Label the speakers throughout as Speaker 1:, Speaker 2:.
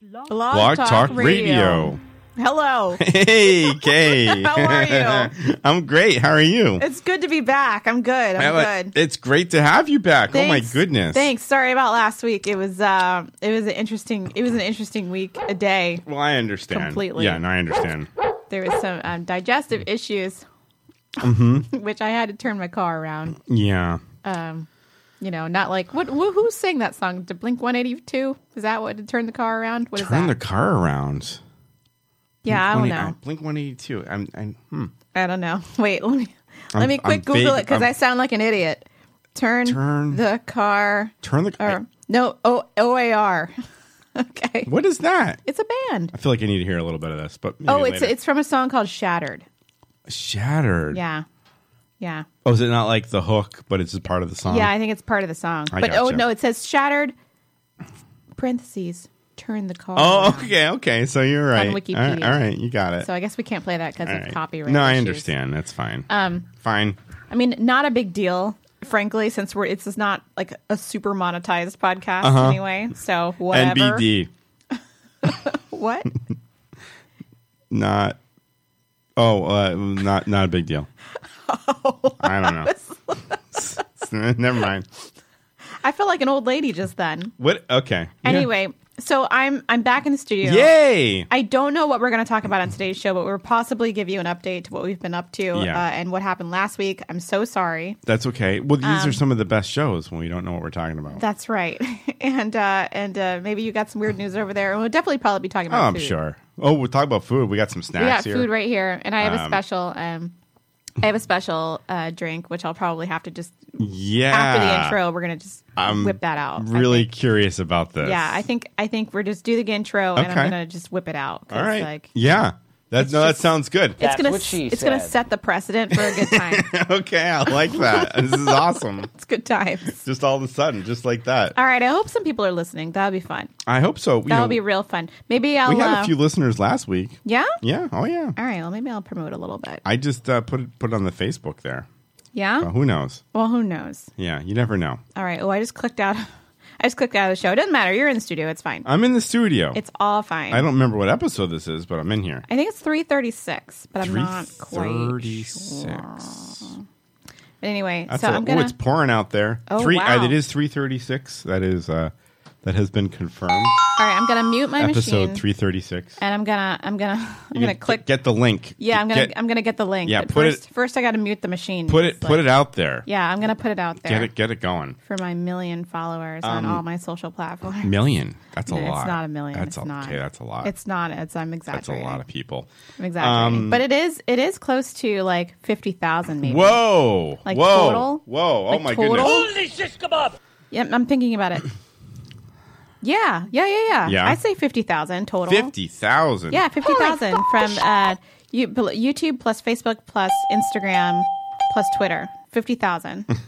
Speaker 1: Blog,
Speaker 2: Blog Talk Radio.
Speaker 1: Hello.
Speaker 2: Hey, Kay.
Speaker 1: How are you?
Speaker 2: I'm great. How are you?
Speaker 1: it's good to be back. I'm good. I'm
Speaker 2: Well,
Speaker 1: good.
Speaker 2: It's great to have you back. Oh my
Speaker 1: Thanks.
Speaker 2: goodness.
Speaker 1: Thanks. Sorry about last week. It was uh, it was an interesting it was an interesting week. A day
Speaker 2: Well, I understand.
Speaker 1: Completely.
Speaker 2: Yeah, no, I understand.
Speaker 1: there was some um, digestive issues,
Speaker 2: Mm-hmm.
Speaker 1: which I had to turn my car around.
Speaker 2: Yeah.
Speaker 1: Um, you know, not like what who, who sang that song? To Blink One Eighty Two? Is that what to turn the car around? What is
Speaker 2: Turn the
Speaker 1: that?
Speaker 2: car around.
Speaker 1: yeah, I don't
Speaker 2: 20
Speaker 1: know.
Speaker 2: Blink 182. I'm, I'm, hmm.
Speaker 1: I don't know. Wait, let me let
Speaker 2: I'm-
Speaker 1: me quick
Speaker 2: I'm
Speaker 1: Google
Speaker 2: vague-
Speaker 1: it because
Speaker 2: I'm-
Speaker 1: I sound like an idiot. Turn,
Speaker 2: Turn-
Speaker 1: the car.
Speaker 2: Turn the
Speaker 1: Or
Speaker 2: car.
Speaker 1: no, O O A R. okay,
Speaker 2: What is that?
Speaker 1: it's a band.
Speaker 2: I feel like I need to hear a little bit of this, but maybe
Speaker 1: Oh, it's
Speaker 2: later.
Speaker 1: it's from a song called Shattered.
Speaker 2: shattered.
Speaker 1: Yeah, yeah,
Speaker 2: Oh, is it not like the hook, but it's just part of the song?
Speaker 1: yeah. I think it's part of the song.
Speaker 2: Um, I
Speaker 1: but oh
Speaker 2: gotcha.
Speaker 1: no, it says Shattered. Parentheses. Turn the car.
Speaker 2: Oh,
Speaker 1: around.
Speaker 2: okay, okay. So you're right.
Speaker 1: On Wikipedia.
Speaker 2: All right, all right, you got it.
Speaker 1: So I guess we can't play that because
Speaker 2: All
Speaker 1: of
Speaker 2: right.
Speaker 1: copyright.
Speaker 2: No, I
Speaker 1: issues.
Speaker 2: understand. That's fine. Um, fine.
Speaker 1: I mean, not a big deal, frankly, since we're it's just not like a super monetized podcast
Speaker 2: Uh-huh.
Speaker 1: anyway. So whatever.
Speaker 2: NBD,
Speaker 1: What?
Speaker 2: not. Oh, uh, not not a big deal. I don't know. Never mind.
Speaker 1: I felt like an old lady just then.
Speaker 2: What? Okay. Yeah.
Speaker 1: Anyway, so I'm I'm back in the studio.
Speaker 2: Yay!
Speaker 1: I don't know what we're going to talk about on today's show, but we'll possibly give you an update to what we've been up to
Speaker 2: Yeah.
Speaker 1: uh, and what happened last week. I'm so sorry.
Speaker 2: That's okay. Well, these are some of the best shows when we don't know what we're talking about.
Speaker 1: Um, That's right. and uh, and uh, maybe you got some weird news over there. We'll definitely probably be talking
Speaker 2: oh,
Speaker 1: about
Speaker 2: I'm
Speaker 1: food.
Speaker 2: sure. Oh, we're talking about food. We got some
Speaker 1: We got
Speaker 2: snacks here.
Speaker 1: food right here, and I have a
Speaker 2: Um,
Speaker 1: special. Um, I have a special uh, drink, which I'll probably have to just
Speaker 2: Yeah.
Speaker 1: after the intro. We're gonna just
Speaker 2: I'm
Speaker 1: whip that out. I
Speaker 2: Really
Speaker 1: think.
Speaker 2: curious about this.
Speaker 1: yeah. I think I think we're just do the intro, and
Speaker 2: Okay.
Speaker 1: I'm gonna just whip it out. 'cause,
Speaker 2: All right.
Speaker 1: Like,
Speaker 2: yeah. That,
Speaker 1: just-
Speaker 2: no, that sounds good.
Speaker 1: it's gonna
Speaker 3: what she
Speaker 1: it's gonna
Speaker 3: said.
Speaker 1: set the precedent for a good time.
Speaker 2: okay, I like that. this is awesome.
Speaker 1: it's good times.
Speaker 2: Just all of a sudden, just like that.
Speaker 1: All right, I hope some people are listening. That'll be fun.
Speaker 2: I hope so. You
Speaker 1: That'll
Speaker 2: know,
Speaker 1: be real fun. Maybe I'll.
Speaker 2: we had
Speaker 1: uh,
Speaker 2: a few listeners last week.
Speaker 1: yeah.
Speaker 2: Yeah. Oh, yeah.
Speaker 1: All right. Well, maybe I'll promote a little bit.
Speaker 2: I just uh, put it put it on the Facebook there.
Speaker 1: Yeah.
Speaker 2: Well, who knows?
Speaker 1: Well, who knows?
Speaker 2: Yeah, you never know.
Speaker 1: All right. Oh, I just clicked out. I just clicked out of the show. It doesn't matter. You're in the studio. It's fine.
Speaker 2: I'm in the studio.
Speaker 1: It's all fine.
Speaker 2: I don't remember what episode this is, but I'm in here.
Speaker 1: I think it's 336, but I'm not quite.
Speaker 2: Thirty-six.
Speaker 1: But anyway,
Speaker 2: That's
Speaker 1: so
Speaker 2: a-
Speaker 1: i I'm going
Speaker 2: oh, it's
Speaker 1: to.
Speaker 2: pouring out there.
Speaker 1: Oh,
Speaker 2: Three,
Speaker 1: wow.
Speaker 2: uh, it is three thirty-six. That is uh, that has been confirmed.
Speaker 1: All right, I'm going to mute my
Speaker 2: Episode
Speaker 1: machine.
Speaker 2: three thirty-six.
Speaker 1: And I'm going to I'm going to I'm going to click
Speaker 2: Get the link.
Speaker 1: Yeah, I'm going
Speaker 2: Get-
Speaker 1: to I'm going to get the link.
Speaker 2: Yeah,
Speaker 1: But
Speaker 2: put it-
Speaker 1: first first I got to mute the machine.
Speaker 2: put it put it out there.
Speaker 1: Yeah, I'm going to put it out there
Speaker 2: Get it Um, get it going.
Speaker 1: for my million followers on all my social platforms.
Speaker 2: Million. That's a
Speaker 1: No,
Speaker 2: lot.
Speaker 1: It's not a million. it's
Speaker 2: That's a,
Speaker 1: not.
Speaker 2: Okay, that's a lot.
Speaker 1: It's not. It's I'm
Speaker 2: that's a
Speaker 1: exaggerating.
Speaker 2: lot of people. Um,
Speaker 1: I'm exaggerating. but it is it is close to like fifty thousand maybe.
Speaker 2: Whoa!
Speaker 1: Like
Speaker 2: whoa!
Speaker 1: total?
Speaker 2: Whoa! Oh
Speaker 1: Like
Speaker 2: my
Speaker 1: total?
Speaker 2: goodness!
Speaker 1: Yeah, I'm thinking about it. Yeah, yeah, yeah, yeah.
Speaker 2: Yeah?
Speaker 1: I say fifty thousand total.
Speaker 2: Fifty thousand.
Speaker 1: Yeah, fifty thousand from uh, you, bl- YouTube plus Facebook plus Instagram plus Twitter. Fifty thousand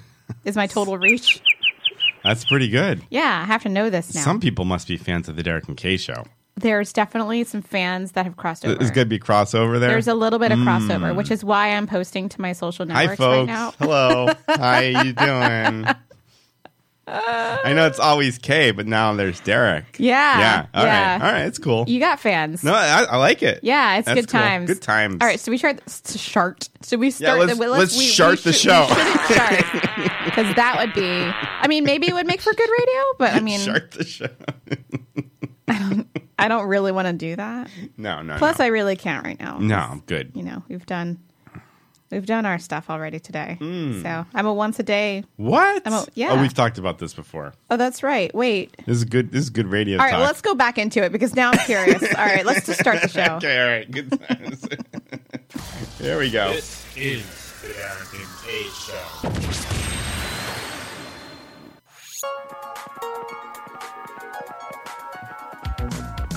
Speaker 1: is my total reach.
Speaker 2: that's pretty good.
Speaker 1: Yeah, I have to know this now.
Speaker 2: Some people must be fans of the Derek and Kay show.
Speaker 1: There's definitely some fans that have crossed over.
Speaker 2: There's going to be crossover there.
Speaker 1: There's a little bit of crossover, which is why I'm posting to my social
Speaker 2: Mm. Hi,
Speaker 1: networks right
Speaker 2: folks.
Speaker 1: now.
Speaker 2: Hello. Hi, you doing? I know it's always Kay, but now there's Derek.
Speaker 1: Yeah,
Speaker 2: Yeah. All right.
Speaker 1: yeah.
Speaker 2: All right. It's cool.
Speaker 1: You got fans.
Speaker 2: no, I, I like it.
Speaker 1: Yeah, it's
Speaker 2: That's
Speaker 1: good
Speaker 2: cool.
Speaker 1: times.
Speaker 2: Good times.
Speaker 1: All right, so we start to chart. So we
Speaker 2: Yeah,
Speaker 1: start.
Speaker 2: let's,
Speaker 1: the,
Speaker 2: let's
Speaker 1: we,
Speaker 2: chart
Speaker 1: we
Speaker 2: the
Speaker 1: should-
Speaker 2: show.
Speaker 1: We shouldn't chart because that would be. I mean, maybe it would make for good radio, but I mean,
Speaker 2: chart the show.
Speaker 1: I don't really want to do that.
Speaker 2: No, no.
Speaker 1: Plus,
Speaker 2: no.
Speaker 1: I really can't right now.
Speaker 2: No, I'm good.
Speaker 1: you know, we've done we've done our stuff already today.
Speaker 2: Hmm.
Speaker 1: So I'm a once a day.
Speaker 2: What?
Speaker 1: I'm a- yeah.
Speaker 2: Oh, we've talked about this before.
Speaker 1: Oh, that's right. Wait.
Speaker 2: This is good. This is good radio
Speaker 1: All right,
Speaker 2: talk.
Speaker 1: well, let's go back into it because now I'm curious. All right, let's just start the show.
Speaker 2: Okay, all right, good times. there we go.
Speaker 4: is the Derek and Kay Show.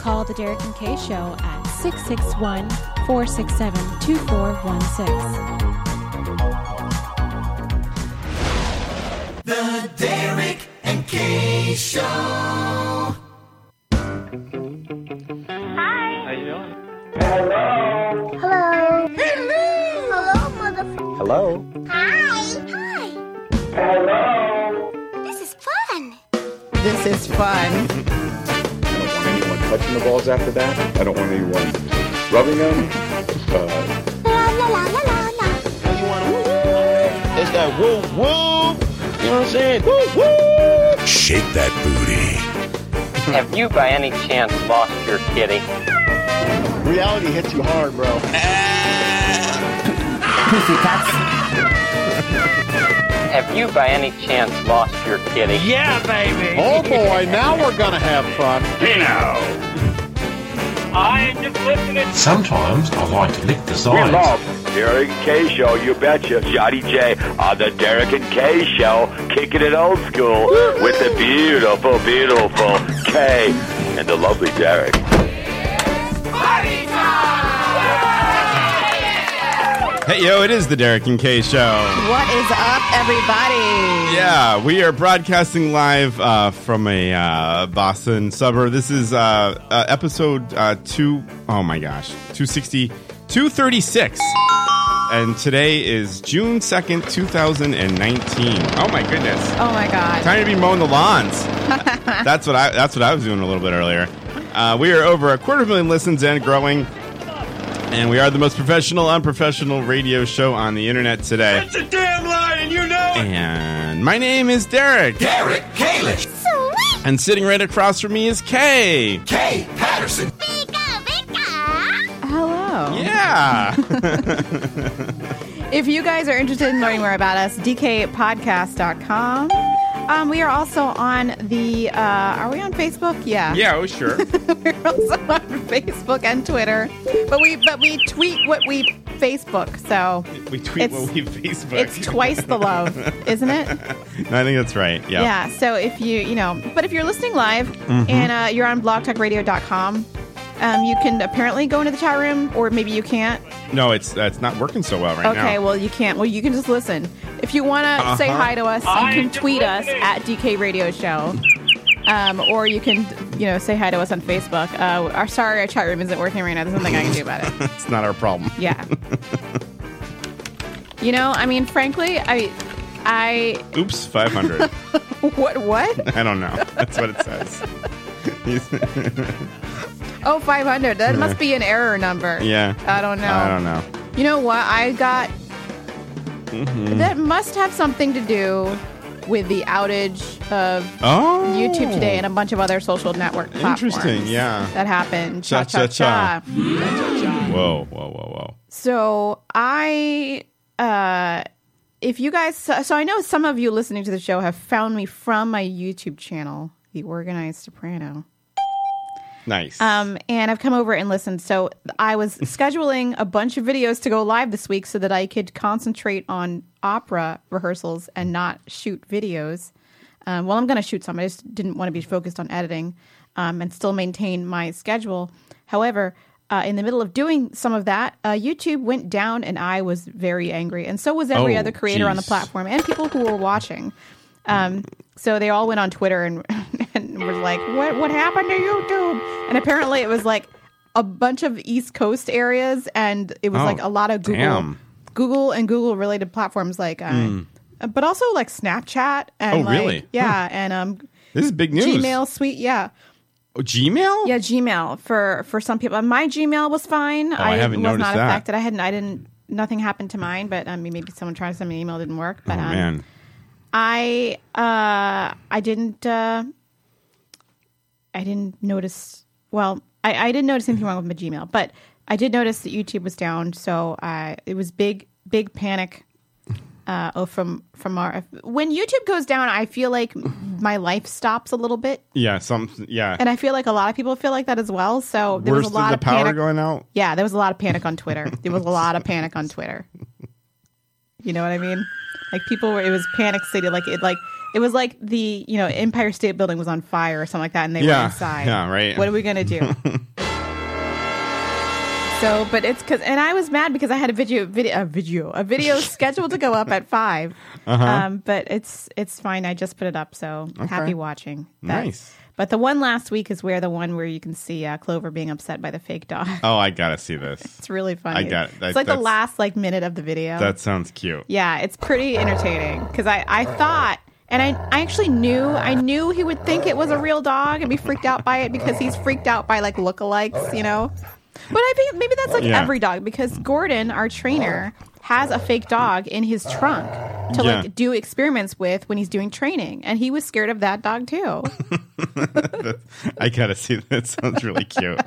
Speaker 3: Call the Derek and Kay Show at 661 467 2416.
Speaker 5: Hello. Hello. Hello, mother.
Speaker 6: Hello?
Speaker 5: Hi. Hi. Hello. This is fun.
Speaker 7: This is fun.
Speaker 6: I don't want anyone touching the balls after that. I don't want anyone rubbing them. Uh,
Speaker 5: La la la la la la.
Speaker 4: It's that woo woo. You know what I'm saying? Woo woo.
Speaker 8: Shake that booty.
Speaker 9: Have you by any chance lost your kitty?
Speaker 6: reality hits you hard, bro.
Speaker 9: Have you by any chance lost your kitty?
Speaker 4: Yeah, baby.
Speaker 6: Oh boy, now we're gonna have fun.
Speaker 4: You know. I'm just listening.
Speaker 10: Sometimes I like to lick the
Speaker 6: We
Speaker 10: sides.
Speaker 6: love Derek and K Show, you betcha. Johnny J on the Derek and K Show, kicking it old school with the beautiful, beautiful K and the lovely Derek.
Speaker 2: Hey, yo, it is the Derek and Kay Show.
Speaker 7: What is up, everybody?
Speaker 2: Yeah, we are broadcasting live uh, from a uh, Boston suburb. This is uh, uh, episode uh, two, oh my gosh, 260, 236. And today is June 2nd, 2019. Oh my goodness.
Speaker 1: Oh my god.
Speaker 2: Time to be mowing the lawns. that's what I. That's what I was doing a little bit earlier. Uh, we are over a quarter million listens and growing, and we are the most professional, unprofessional radio show on the internet today.
Speaker 4: It's a damn lie, and you know it.
Speaker 2: And my name is Derek,
Speaker 4: Derek Kalish.
Speaker 5: Sweet.
Speaker 2: and sitting right across from me is Kay.
Speaker 4: K. Patterson.
Speaker 5: Bika, bika.
Speaker 1: Hello.
Speaker 2: Yeah,
Speaker 1: If you guys are interested in learning more about us, dkpodcast.com. Um, we are also on the. Uh, are we on Facebook? Yeah.
Speaker 2: yeah, oh sure.
Speaker 1: We're also on Facebook and Twitter, but we but we tweet what we Facebook. So
Speaker 2: We tweet
Speaker 1: It's-
Speaker 2: what we Facebook.
Speaker 1: it's twice the love, isn't it?
Speaker 2: I think that's right. Yeah.
Speaker 1: Yeah. So if you, you know, but if you're listening live and uh, you're on blogtalkradio.com, um, you can apparently go into the chat room, or maybe you can't.
Speaker 2: No, it's that's not working so well right now.
Speaker 1: Okay. Well, you can't. Well, you can just listen. If you want to say
Speaker 2: Uh-huh.
Speaker 1: hi to us,
Speaker 4: I
Speaker 1: you
Speaker 4: am
Speaker 1: can tweet us
Speaker 4: listening.
Speaker 1: at DK Radio Show. Um, or you can, you know, say hi to us on Facebook. Uh, our sorry, our chat room isn't working right now. There's nothing I can do about it.
Speaker 2: it's not our problem.
Speaker 1: Yeah. you know, I mean, frankly, I, I,
Speaker 2: Oops, five hundred.
Speaker 1: what, what?
Speaker 2: I don't know. That's what it says.
Speaker 1: Oh, 500. That must be an error number.
Speaker 2: yeah.
Speaker 1: I don't know.
Speaker 2: I don't know.
Speaker 1: You know what? I got. That must have something to do with the outage of
Speaker 2: Oh.
Speaker 1: YouTube today and a bunch of other social network platforms.
Speaker 2: Interesting, yeah.
Speaker 1: That happened. Cha cha
Speaker 2: Cha, cha,
Speaker 1: cha.
Speaker 2: Whoa, whoa, whoa,
Speaker 1: So I. Uh, if you guys. So, so I know some of you listening to the show have found me from my YouTube channel, The Organized Soprano.
Speaker 2: whoa. Nice.
Speaker 1: Um, and I've come over and listened. So I was scheduling a bunch of videos to go live this week so that I could concentrate on opera rehearsals and not shoot videos. Um, well, I'm going to shoot some. I just didn't want to be focused on editing um, and still maintain my schedule. However, uh, in the middle of doing some of that, uh, YouTube went down and I was very angry. And so was every
Speaker 2: Oh,
Speaker 1: other creator on the
Speaker 2: jeez.
Speaker 1: platform and people who were watching. Um, so they all went on Twitter and, and were like, "What what happened to YouTube?" And apparently, it was like a bunch of East Coast areas, and it was
Speaker 2: Oh,
Speaker 1: like a lot of Google,
Speaker 2: damn. Hmm.
Speaker 1: Google and Google related platforms, like, uh, but also like Snapchat. And
Speaker 2: Oh,
Speaker 1: like,
Speaker 2: really?
Speaker 1: Yeah, and um,
Speaker 2: this is big news.
Speaker 1: Gmail Suite. Yeah,
Speaker 2: Oh, Gmail?
Speaker 1: yeah, Gmail for for some people. My Gmail was fine.
Speaker 2: Oh, I haven't
Speaker 1: was
Speaker 2: noticed
Speaker 1: not
Speaker 2: that.
Speaker 1: affected. I hadn't. I didn't. Nothing happened to mine, but I mean, maybe someone tried to send me an email, it didn't work. But
Speaker 2: Oh,
Speaker 1: um,
Speaker 2: man.
Speaker 1: I uh, I didn't uh, I didn't notice. Well, I, I didn't notice anything wrong with my Gmail, but I did notice that YouTube was down. So I it was big big panic. Uh, oh, from from our when YouTube goes down, I feel like my life stops a little bit,
Speaker 2: Yeah, some, yeah.
Speaker 1: and I feel like a lot of people feel like that as well. So there
Speaker 2: Worst
Speaker 1: was
Speaker 2: of
Speaker 1: a lot
Speaker 2: the
Speaker 1: of
Speaker 2: power
Speaker 1: panic.
Speaker 2: going out?
Speaker 1: Yeah, there was a lot of panic on Twitter. There was a lot of panic on Twitter. You know what I mean? Like people were, it was panic city. Like it, like It was like the you know Empire State Building was on fire or something like that, and they
Speaker 2: Yeah.
Speaker 1: were inside.
Speaker 2: Yeah, right.
Speaker 1: What are we gonna do? so, but it's because, and I was mad because I had a video, video, a video, a video scheduled to go up at 5
Speaker 5: Uh-huh.
Speaker 1: Um, but it's it's fine. I just put it up, so
Speaker 5: Okay.
Speaker 1: happy watching.
Speaker 2: Nice.
Speaker 1: But the one last week is where the one where you can see uh, Clover being upset by the fake dog.
Speaker 2: Oh, I gotta see this.
Speaker 1: It's uh, really funny.
Speaker 2: I got- that-
Speaker 1: it's like the
Speaker 2: that's-
Speaker 1: last like minute of the video.
Speaker 2: That sounds cute.
Speaker 1: Yeah, it's pretty entertaining because I, I thought, and I, I actually knew, I knew he would think it was a real dog and be freaked out by it because he's freaked out by like lookalikes, you know? But I think maybe that's like
Speaker 5: Yeah.
Speaker 1: every dog because Gordon, our trainer, has a fake dog in his trunk to
Speaker 2: Yeah.
Speaker 1: like do experiments with when he's doing training. And he was scared of that dog too.
Speaker 2: I gotta see that. Sounds really cute.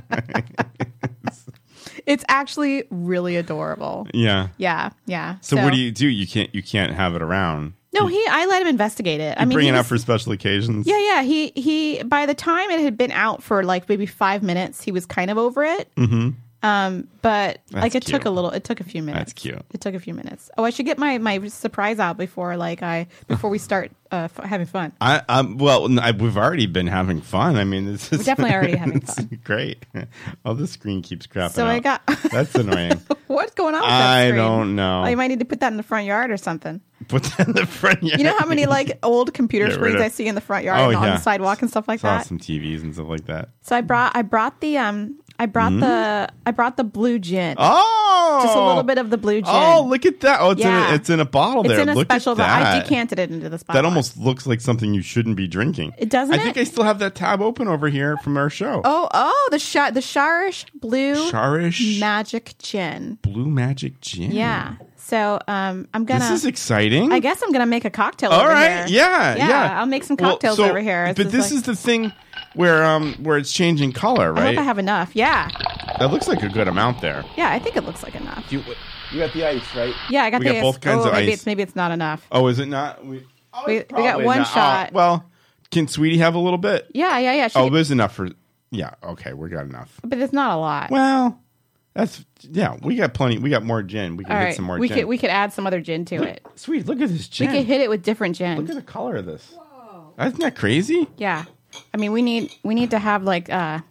Speaker 1: it's actually really adorable.
Speaker 2: Yeah.
Speaker 1: Yeah. Yeah.
Speaker 2: So, what do you do? You can't you can't have it around.
Speaker 1: No, he, I let him investigate it.
Speaker 2: You
Speaker 1: I mean,
Speaker 2: bring
Speaker 1: he
Speaker 2: it
Speaker 1: was-
Speaker 2: out for special occasions.
Speaker 1: Yeah, yeah. He he. By the time it had been out for like maybe five minutes, he was kind of over it.
Speaker 2: Mm-hmm.
Speaker 1: Um, but
Speaker 2: That's
Speaker 1: like it
Speaker 2: cute.
Speaker 1: took a little. It took a few minutes.
Speaker 2: That's cute.
Speaker 1: It took a few minutes. Oh, I should get my my surprise out before like I before we start uh, f- having fun.
Speaker 2: I, um, well, n- I, we've already been having fun. I mean, this is
Speaker 1: definitely already having
Speaker 2: it's Great. Oh, the screen keeps crapping.
Speaker 1: So I
Speaker 2: out.
Speaker 1: got-
Speaker 2: that's annoying.
Speaker 1: What's going on? With that
Speaker 2: I
Speaker 1: screen?
Speaker 2: don't know.
Speaker 1: Oh, you might need to put that in the front yard or something.
Speaker 2: Put that in the front yard.
Speaker 1: You know how many like old computer
Speaker 2: Get rid
Speaker 1: screens
Speaker 2: of-
Speaker 1: I see in the front yard
Speaker 2: Oh,
Speaker 1: and on
Speaker 2: yeah.
Speaker 1: the sidewalk and stuff like
Speaker 2: Saw
Speaker 1: that.
Speaker 2: some TVs and stuff like that.
Speaker 1: So I brought I brought the um I brought
Speaker 2: Mm.
Speaker 1: the I brought the blue gin.
Speaker 2: Oh,
Speaker 1: just a little bit of the blue gin.
Speaker 2: Oh, look at that! Oh, it's in
Speaker 1: Yeah.
Speaker 2: a, it's in a bottle
Speaker 1: It's
Speaker 2: there.
Speaker 1: in a
Speaker 2: look
Speaker 1: special
Speaker 2: at
Speaker 1: bottle.
Speaker 2: that.
Speaker 1: I decanted it into this bottle.
Speaker 2: That almost looks like something you shouldn't be drinking.
Speaker 1: It doesn't
Speaker 2: I think
Speaker 1: it?
Speaker 2: I still have that tab open over here from our show.
Speaker 1: Oh, oh, the sh- the Sharish blue
Speaker 2: Sharish?
Speaker 1: magic gin.
Speaker 2: Blue Magic Gin.
Speaker 1: Yeah. So, um, I'm gonna.
Speaker 2: This is exciting.
Speaker 1: I guess I'm gonna make a cocktail.
Speaker 2: All
Speaker 1: over
Speaker 2: right.
Speaker 1: here.
Speaker 2: Yeah, yeah.
Speaker 1: I'll make some
Speaker 2: Well,
Speaker 1: cocktails
Speaker 2: so-
Speaker 1: over here.
Speaker 2: but this is the thing where um where it's changing color,
Speaker 1: I
Speaker 2: right?
Speaker 1: hope I have enough. Yeah.
Speaker 2: that looks like a good amount there.
Speaker 1: Yeah, I think it looks like enough.
Speaker 2: You you got the ice, right?
Speaker 1: Yeah, I got
Speaker 2: we
Speaker 1: the
Speaker 2: got both kinds
Speaker 1: oh,
Speaker 2: of
Speaker 1: maybe
Speaker 2: ice.
Speaker 1: It's, maybe it's not enough.
Speaker 2: oh, is it not? We,
Speaker 1: we, we got
Speaker 2: probably
Speaker 1: one
Speaker 2: not. Oh,
Speaker 1: shot.
Speaker 2: well, can Sweetie have a little bit?
Speaker 1: yeah, yeah, yeah. she-
Speaker 2: Oh, there's enough for. Yeah. Okay, we got enough.
Speaker 1: but it's not a lot.
Speaker 2: Well, that's yeah. We got plenty. We got more gin. We can
Speaker 1: all
Speaker 2: hit
Speaker 1: right.
Speaker 2: some more
Speaker 1: we
Speaker 2: gin.
Speaker 1: could we could add some other gin to it.
Speaker 2: Sweet, look at this gin.
Speaker 1: We could hit it with different gin.
Speaker 2: Look at the color of this. Isn't that crazy?
Speaker 1: Yeah. I mean, we need we need to have like uh
Speaker 2: And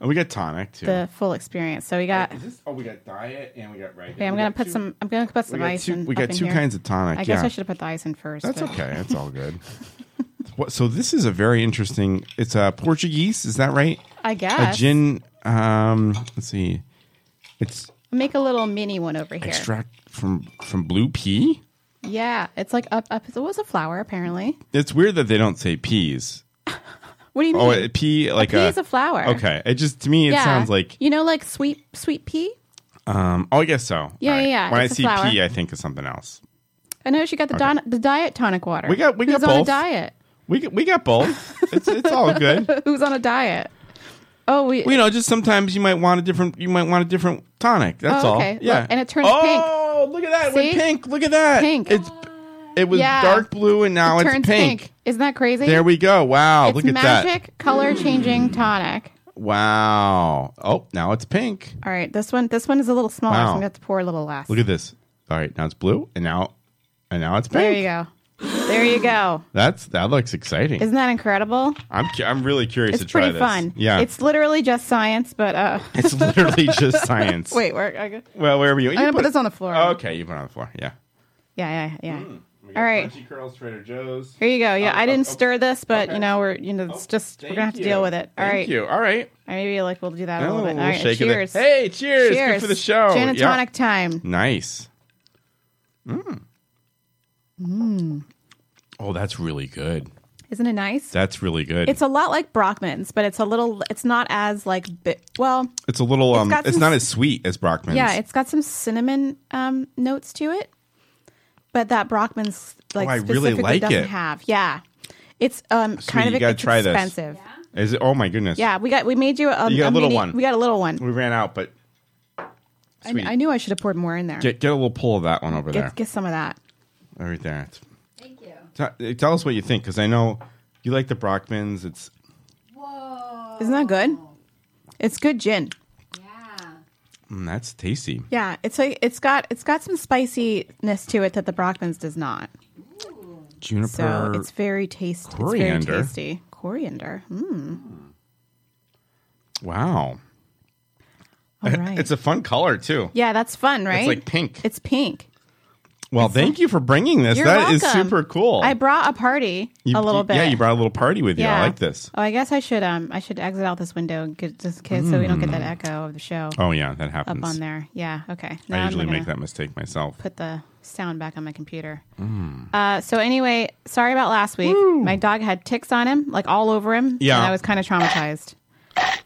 Speaker 2: Oh, we got tonic too.
Speaker 1: the full experience. So we got.
Speaker 2: Is this- oh, we got diet and we got regular.
Speaker 1: Uh, Okay, I'm
Speaker 2: We
Speaker 1: gonna
Speaker 2: got
Speaker 1: put
Speaker 2: two-
Speaker 1: some. I'm gonna put some
Speaker 2: got
Speaker 1: ice
Speaker 2: two-
Speaker 1: in.
Speaker 2: we got
Speaker 1: up in
Speaker 2: two
Speaker 1: here.
Speaker 2: kinds of tonic,
Speaker 1: I guess
Speaker 2: yeah.
Speaker 1: I should have put the ice in first.
Speaker 2: That's
Speaker 1: but-
Speaker 2: okay. That's all good. what, so this is a very interesting. It's a Portuguese. Is that right?
Speaker 1: I guess.
Speaker 2: a gin. Um, let's see. It's
Speaker 1: Make a little mini one over here.
Speaker 2: extract from from blue pea.
Speaker 1: Yeah, it's like up up. It was a flower apparently.
Speaker 2: It's weird that they don't say peas.
Speaker 1: What do you mean?
Speaker 2: Oh, a pea like
Speaker 1: pea is a flower.
Speaker 2: Okay, it just to me it
Speaker 1: yeah.
Speaker 2: sounds like
Speaker 1: you know, like sweet sweet pea.
Speaker 2: um. Oh, I guess so.
Speaker 1: Yeah,
Speaker 2: All
Speaker 1: yeah, yeah.
Speaker 2: When
Speaker 1: It's a
Speaker 2: I see
Speaker 1: flower.
Speaker 2: pea, I think of something else.
Speaker 1: I know she got the
Speaker 2: Okay.
Speaker 1: don- the diet tonic water.
Speaker 2: We got- we
Speaker 1: Who's
Speaker 2: got
Speaker 1: on
Speaker 2: both.
Speaker 1: a diet.
Speaker 2: We got- we got both. it's it's all good.
Speaker 1: Who's on a diet? Oh, we.
Speaker 2: Well, you know, just sometimes you might want a different. You might want a different tonic. That's
Speaker 1: oh,
Speaker 2: all.
Speaker 1: okay.
Speaker 2: Yeah,
Speaker 1: Look, and it turns
Speaker 2: oh,
Speaker 1: pink.
Speaker 2: Oh, look at that! It went
Speaker 1: See?
Speaker 2: pink. Look at that.
Speaker 1: Pink.
Speaker 2: It's it was
Speaker 1: Yeah.
Speaker 2: dark blue, and now
Speaker 1: it
Speaker 2: it's
Speaker 1: turns
Speaker 2: pink.
Speaker 1: pink. Isn't that crazy?
Speaker 2: There we go. Wow!
Speaker 1: It's
Speaker 2: look at
Speaker 1: magic color changing tonic.
Speaker 2: that. Wow! Oh, now it's pink.
Speaker 1: All right, this one this one is a little smaller, so
Speaker 2: Wow.
Speaker 1: I'm gonna have to pour a little less.
Speaker 2: Look at this. All right, now it's blue, and now and now it's
Speaker 1: There
Speaker 2: pink.
Speaker 1: you go. There you go.
Speaker 2: That's that looks exciting.
Speaker 1: Isn't that incredible?
Speaker 2: I'm cu- I'm really curious
Speaker 1: It's
Speaker 2: to try
Speaker 1: pretty
Speaker 2: this.
Speaker 1: fun.
Speaker 2: Yeah,
Speaker 1: It's literally just science, but uh
Speaker 2: It's literally just science.
Speaker 1: Wait, where I go?
Speaker 2: well, wherever you.
Speaker 1: I'm
Speaker 2: you
Speaker 1: gonna put this on the floor.
Speaker 2: Okay, you put it on the floor. Yeah.
Speaker 1: Yeah, yeah, yeah.
Speaker 2: We got
Speaker 1: All right.
Speaker 2: Crunchy curls, Trader Joe's.
Speaker 1: Here you go. Yeah,
Speaker 2: hmm. Oh,
Speaker 1: I didn't
Speaker 2: oh, oh.
Speaker 1: stir this, but you know, we're you know, it's just we're
Speaker 2: Thank
Speaker 1: gonna have to
Speaker 2: you.
Speaker 1: deal with it. All right.
Speaker 2: Thank you. All right.
Speaker 1: And maybe like we'll do that a
Speaker 2: Oh,
Speaker 1: little bit.
Speaker 2: we'll
Speaker 1: All right,
Speaker 2: shake it.
Speaker 1: cheers.
Speaker 2: Hey, cheers. Good for the show.
Speaker 1: Gin and
Speaker 2: Yeah.
Speaker 1: tonic time.
Speaker 2: Nice.
Speaker 1: Mm.
Speaker 2: Oh, that's really good.
Speaker 1: Isn't it nice?
Speaker 2: That's really good.
Speaker 1: It's a lot like Brockman's, but it's a little. It's not as like. Bi- well,
Speaker 2: It's a little
Speaker 1: It's
Speaker 2: um.
Speaker 1: got
Speaker 2: It's
Speaker 1: some
Speaker 2: not
Speaker 1: s-
Speaker 2: as sweet as Brockman's.
Speaker 1: yeah, it's got some cinnamon um, notes to it, but that Brockman's like
Speaker 2: Oh, I really
Speaker 1: specifically
Speaker 2: like
Speaker 1: doesn't
Speaker 2: it.
Speaker 1: have. Yeah, it's um
Speaker 2: Sweetie,
Speaker 1: kind of
Speaker 2: you gotta
Speaker 1: it's
Speaker 2: try this.
Speaker 1: expensive.
Speaker 2: Is it? Oh my goodness.
Speaker 1: Yeah, we got we made you a,
Speaker 2: You got a little
Speaker 1: mini-
Speaker 2: one.
Speaker 1: We got a little one.
Speaker 2: We ran out, but
Speaker 1: I,
Speaker 2: Sweet.
Speaker 1: I knew I should have poured more in there.
Speaker 2: get get a little pull of that one over there.
Speaker 1: get, get some of that.
Speaker 2: Right there. Thank you. tell us what you think, because I know you like the Brockmans. It's
Speaker 1: Isn't that good? It's good gin.
Speaker 2: mm, that's tasty.
Speaker 1: Yeah, it's like it's got it's got some spiciness to it that the Brockman's does not.
Speaker 2: Juniper.
Speaker 1: So it's very tasty. It's
Speaker 2: Coriander.
Speaker 1: very tasty. Coriander. Mm.
Speaker 2: Wow.
Speaker 1: All right.
Speaker 2: It's a fun color too.
Speaker 1: yeah, that's fun, right?
Speaker 2: like pink.
Speaker 1: It's pink.
Speaker 2: Well, thank you for bringing this.
Speaker 1: You're
Speaker 2: That is
Speaker 1: welcome.
Speaker 2: super cool.
Speaker 1: I brought a party
Speaker 2: You-
Speaker 1: a little bit.
Speaker 2: Yeah, you brought a little party with you. I like this.
Speaker 1: Oh, I guess I should um I should exit out this window and get just in case so we don't get that echo of the show.
Speaker 2: Oh, yeah, that happens.
Speaker 1: Up on there. Yeah, okay. Now
Speaker 2: I
Speaker 1: I'm
Speaker 2: usually
Speaker 1: gonna
Speaker 2: make that mistake myself.
Speaker 1: Put the sound back on my computer.
Speaker 2: Mm.
Speaker 1: Uh, so anyway, sorry about last week. My dog had ticks on him, like all over him.
Speaker 2: Yeah.
Speaker 1: and I was kind of traumatized.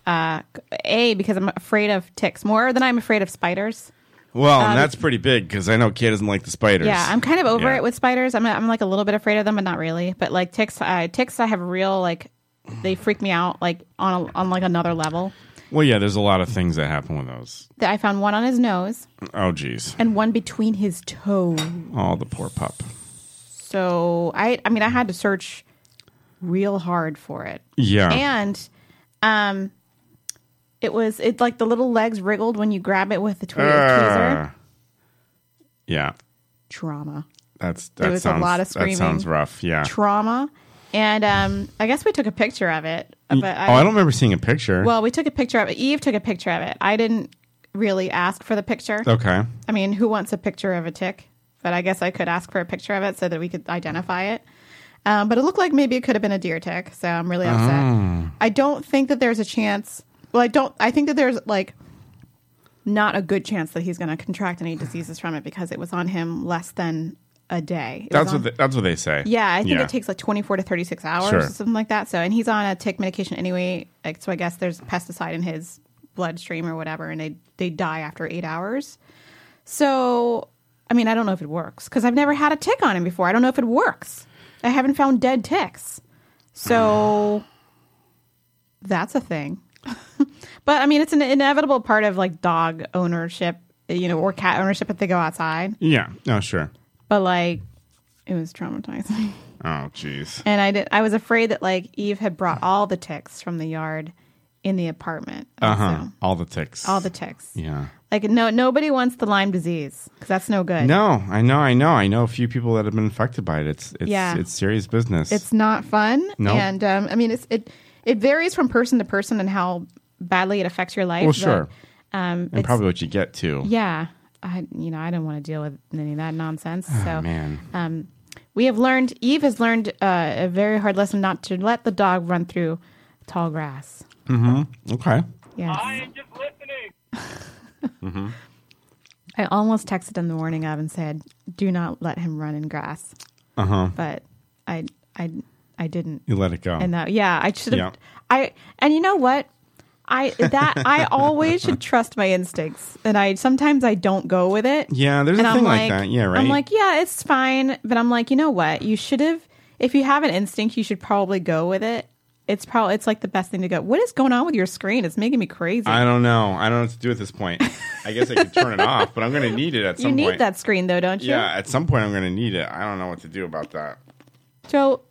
Speaker 1: Uh, a because I'm afraid of ticks more than I'm afraid of spiders.
Speaker 2: Well,
Speaker 1: Um,
Speaker 2: and that's pretty big because I know Kay doesn't like the spiders.
Speaker 1: Yeah, I'm kind of over
Speaker 2: Yeah.
Speaker 1: it with spiders. I'm I'm like a little bit afraid of them, but not really. But like ticks, uh, ticks, I have real like they freak me out like on a, on like another level.
Speaker 2: Well, yeah, there's a lot of things that happen with those.
Speaker 1: That I found one on his nose
Speaker 2: Oh, geez.
Speaker 1: and one between his toes.
Speaker 2: Oh, the poor pup.
Speaker 1: So I I mean I had to search real hard for it.
Speaker 2: Yeah.
Speaker 1: And um it was it like the little legs wriggled when you grab it with the twe- tweezer.
Speaker 2: Uh, yeah,
Speaker 1: Trauma.
Speaker 2: that's that
Speaker 1: There was a
Speaker 2: sounds
Speaker 1: lot of
Speaker 2: that
Speaker 1: screaming.
Speaker 2: sounds rough. Yeah.
Speaker 1: Trauma. And um I guess we took a picture of it.
Speaker 2: Y-
Speaker 1: But
Speaker 2: oh, I don't remember seeing a picture.
Speaker 1: Well, we took a picture of it. Eve took a picture of it. I didn't really ask for the picture.
Speaker 2: okay.
Speaker 1: I mean, who wants a picture of a tick? But I guess I could ask for a picture of it so that we could identify it. Um, but it looked like maybe it could have been a deer tick, so I'm really upset.
Speaker 2: Oh.
Speaker 1: I don't think that there's a chance. Well, I don't. I think that there's like not a good chance that he's going to contract any diseases from it because it was on him less than a day. It was
Speaker 2: That's
Speaker 1: on-
Speaker 2: what they, that's what they say.
Speaker 1: yeah, I think it takes like 24 to 36 hours
Speaker 2: Sure.
Speaker 1: or something like that. So, and he's on a tick medication anyway. Like, so I guess there's pesticide in his bloodstream or whatever, and they they die after eight hours. So, I mean, I don't know if it works because I've never had a tick on him before. I don't know if it works. I haven't found dead ticks. So, that's a thing. but I mean, it's an inevitable part of like dog ownership, you know, or cat ownership if they go outside.
Speaker 2: Yeah. No, sure.
Speaker 1: But like, it was traumatizing.
Speaker 2: Oh, jeez.
Speaker 1: And I did. I was afraid that like Eve had brought all the ticks from the yard in the apartment.
Speaker 2: Uh huh. All the ticks.
Speaker 1: All the ticks.
Speaker 2: Yeah.
Speaker 1: Like no, nobody wants the Lyme disease because that's no good.
Speaker 2: No, I know, I know, I know a few people that have been infected by it. It's it's
Speaker 1: Yeah.
Speaker 2: it's serious business.
Speaker 1: it's not fun.
Speaker 2: No.
Speaker 1: And um, I mean, it's it it varies from person to person and how badly it affects your life.
Speaker 2: well,
Speaker 1: but,
Speaker 2: sure,
Speaker 1: um,
Speaker 2: and
Speaker 1: it's-
Speaker 2: probably what you get too.
Speaker 1: Yeah, I you know I don't want to deal with any of that nonsense.
Speaker 2: Oh,
Speaker 1: so
Speaker 2: man.
Speaker 1: um, we have learned Eve has learned uh, a very hard lesson not to let the dog run through tall grass. Uh,
Speaker 2: Mm-hmm. Okay.
Speaker 1: Yes.
Speaker 2: Mm-hmm.
Speaker 1: I almost texted him the warning of and said, "Do not let him run in grass."
Speaker 2: Uh huh.
Speaker 1: But I, I, I didn't.
Speaker 2: You let it go.
Speaker 1: And that, yeah, I should
Speaker 2: Yeah.
Speaker 1: have. I and you know what? I that I always should trust my instincts, and I sometimes I don't go with it.
Speaker 2: Yeah, there's
Speaker 1: and
Speaker 2: a
Speaker 1: I'm
Speaker 2: thing like that. Yeah, right?
Speaker 1: I'm like, yeah, it's fine, but I'm like, you know what? You should have. If you have an instinct, you should probably go with it. It's probably it's like the best thing to go. What is going on with your screen? It's making me crazy.
Speaker 2: I don't know. I don't know what to do at this point. I guess I could turn it off, but I'm going to need it at
Speaker 1: you
Speaker 2: some
Speaker 1: need
Speaker 2: point.
Speaker 1: that screen though, don't you?
Speaker 2: Yeah, at some point I'm going to need it. I don't know what to do about that.
Speaker 1: So,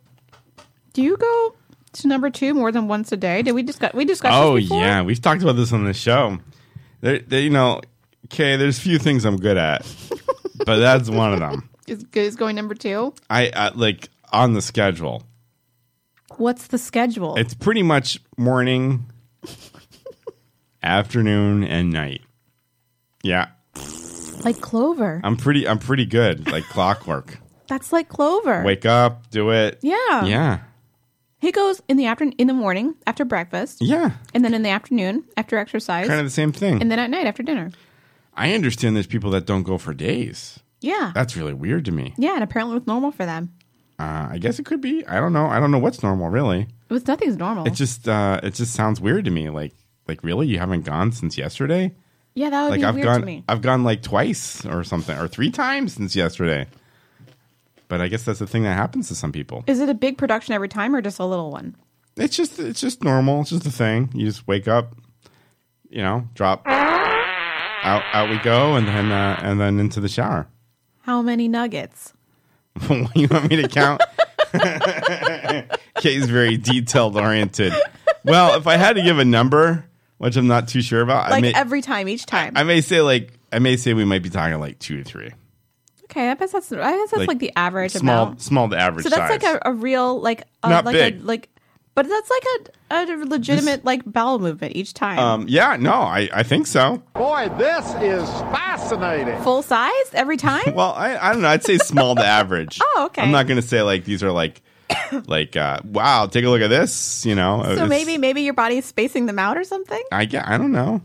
Speaker 1: do you go to number two more than once a day? Did we discuss? We discussed.
Speaker 2: oh
Speaker 1: this before?
Speaker 2: yeah, we've talked about this on the show. There, there- you know, okay, there's few things I'm good at, but that's one of them.
Speaker 1: Is, is going number two?
Speaker 2: I, I like on the schedule.
Speaker 1: What's the schedule?
Speaker 2: It's pretty much morning, afternoon, and night. Yeah,
Speaker 1: like Clover.
Speaker 2: I'm pretty. I'm pretty good. Like clockwork.
Speaker 1: That's like Clover.
Speaker 2: Wake up, do it.
Speaker 1: Yeah.
Speaker 2: Yeah.
Speaker 1: He goes in the afternoon, in the morning after breakfast.
Speaker 2: Yeah.
Speaker 1: And then in the afternoon after exercise.
Speaker 2: Kind of the same thing.
Speaker 1: And then at night after dinner.
Speaker 2: I understand there's people that don't go for days.
Speaker 1: Yeah.
Speaker 2: That's really weird to me.
Speaker 1: yeah, and apparently it was normal for them.
Speaker 2: Uh, I guess it could be. I don't know. I don't know what's normal, really.
Speaker 1: It was nothing's normal.
Speaker 2: It just uh, it just sounds weird to me. Like like really, you haven't gone since yesterday?
Speaker 1: yeah, that would
Speaker 2: like
Speaker 1: be
Speaker 2: I've
Speaker 1: weird
Speaker 2: gone
Speaker 1: to me.
Speaker 2: I've gone like twice or something or three times since yesterday. But I guess that's the thing that happens to some people.
Speaker 1: Is it a big production every time or just a little one?
Speaker 2: It's just it's just normal. It's just a thing. You just wake up, you know, drop out out we go, and then uh, and then into the shower.
Speaker 1: How many nuggets?
Speaker 2: you want me to count? Kay's very detailed oriented. Well, if I had to give a number, which I'm not too sure about, I
Speaker 1: Like
Speaker 2: may,
Speaker 1: every time, each time.
Speaker 2: I may say like I may say we might be talking like two to three.
Speaker 1: Okay, I guess that's I guess that's like,
Speaker 2: Like,
Speaker 1: the average
Speaker 2: small,
Speaker 1: amount.
Speaker 2: small to average
Speaker 1: So that's
Speaker 2: size.
Speaker 1: like a, a real like a,
Speaker 2: Not
Speaker 1: like
Speaker 2: big.
Speaker 1: a like but that's like a, a legitimate like bowel movement each time.
Speaker 2: um, yeah, no, I, I think so.
Speaker 1: Boy, this is fascinating. Full size every time?
Speaker 2: Well, I, I don't know. I'd say small to average.
Speaker 1: Oh, okay.
Speaker 2: I'm not going to say like these are like, like uh, wow, take a look at this. You know,
Speaker 1: so
Speaker 2: Oh, It's-
Speaker 1: maybe maybe your body's spacing them out or something?
Speaker 2: I ge- I don't know.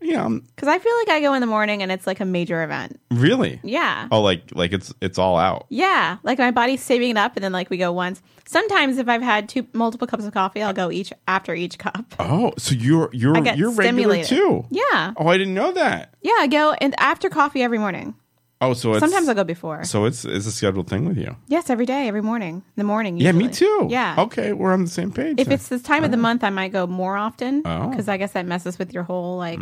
Speaker 2: Yeah, um, I'm-
Speaker 1: Cuz I feel like I go in the morning and it's like a major event.
Speaker 2: really.
Speaker 1: Yeah.
Speaker 2: Oh, like like it's it's all out.
Speaker 1: Yeah, like my body's saving it up and then like we go once. Sometimes if I've had two multiple cups of coffee, I'll go each after each cup.
Speaker 2: Oh, so you're you're
Speaker 1: I get
Speaker 2: you're regular
Speaker 1: stimulated.
Speaker 2: too.
Speaker 1: Yeah.
Speaker 2: Oh, I didn't know that.
Speaker 1: Yeah, I go and after coffee every morning.
Speaker 2: Oh, so it's
Speaker 1: Sometimes I'll go before.
Speaker 2: So it's it's a scheduled thing with you.
Speaker 1: Yes, every day, every morning, in the morning.
Speaker 2: Yeah, me
Speaker 1: usually.
Speaker 2: too.
Speaker 1: Yeah.
Speaker 2: Okay, we're on the same page.
Speaker 1: If
Speaker 2: then.
Speaker 1: it's this time of the month, I might go more often
Speaker 2: Oh. Hmm.
Speaker 1: because I guess that messes with your whole like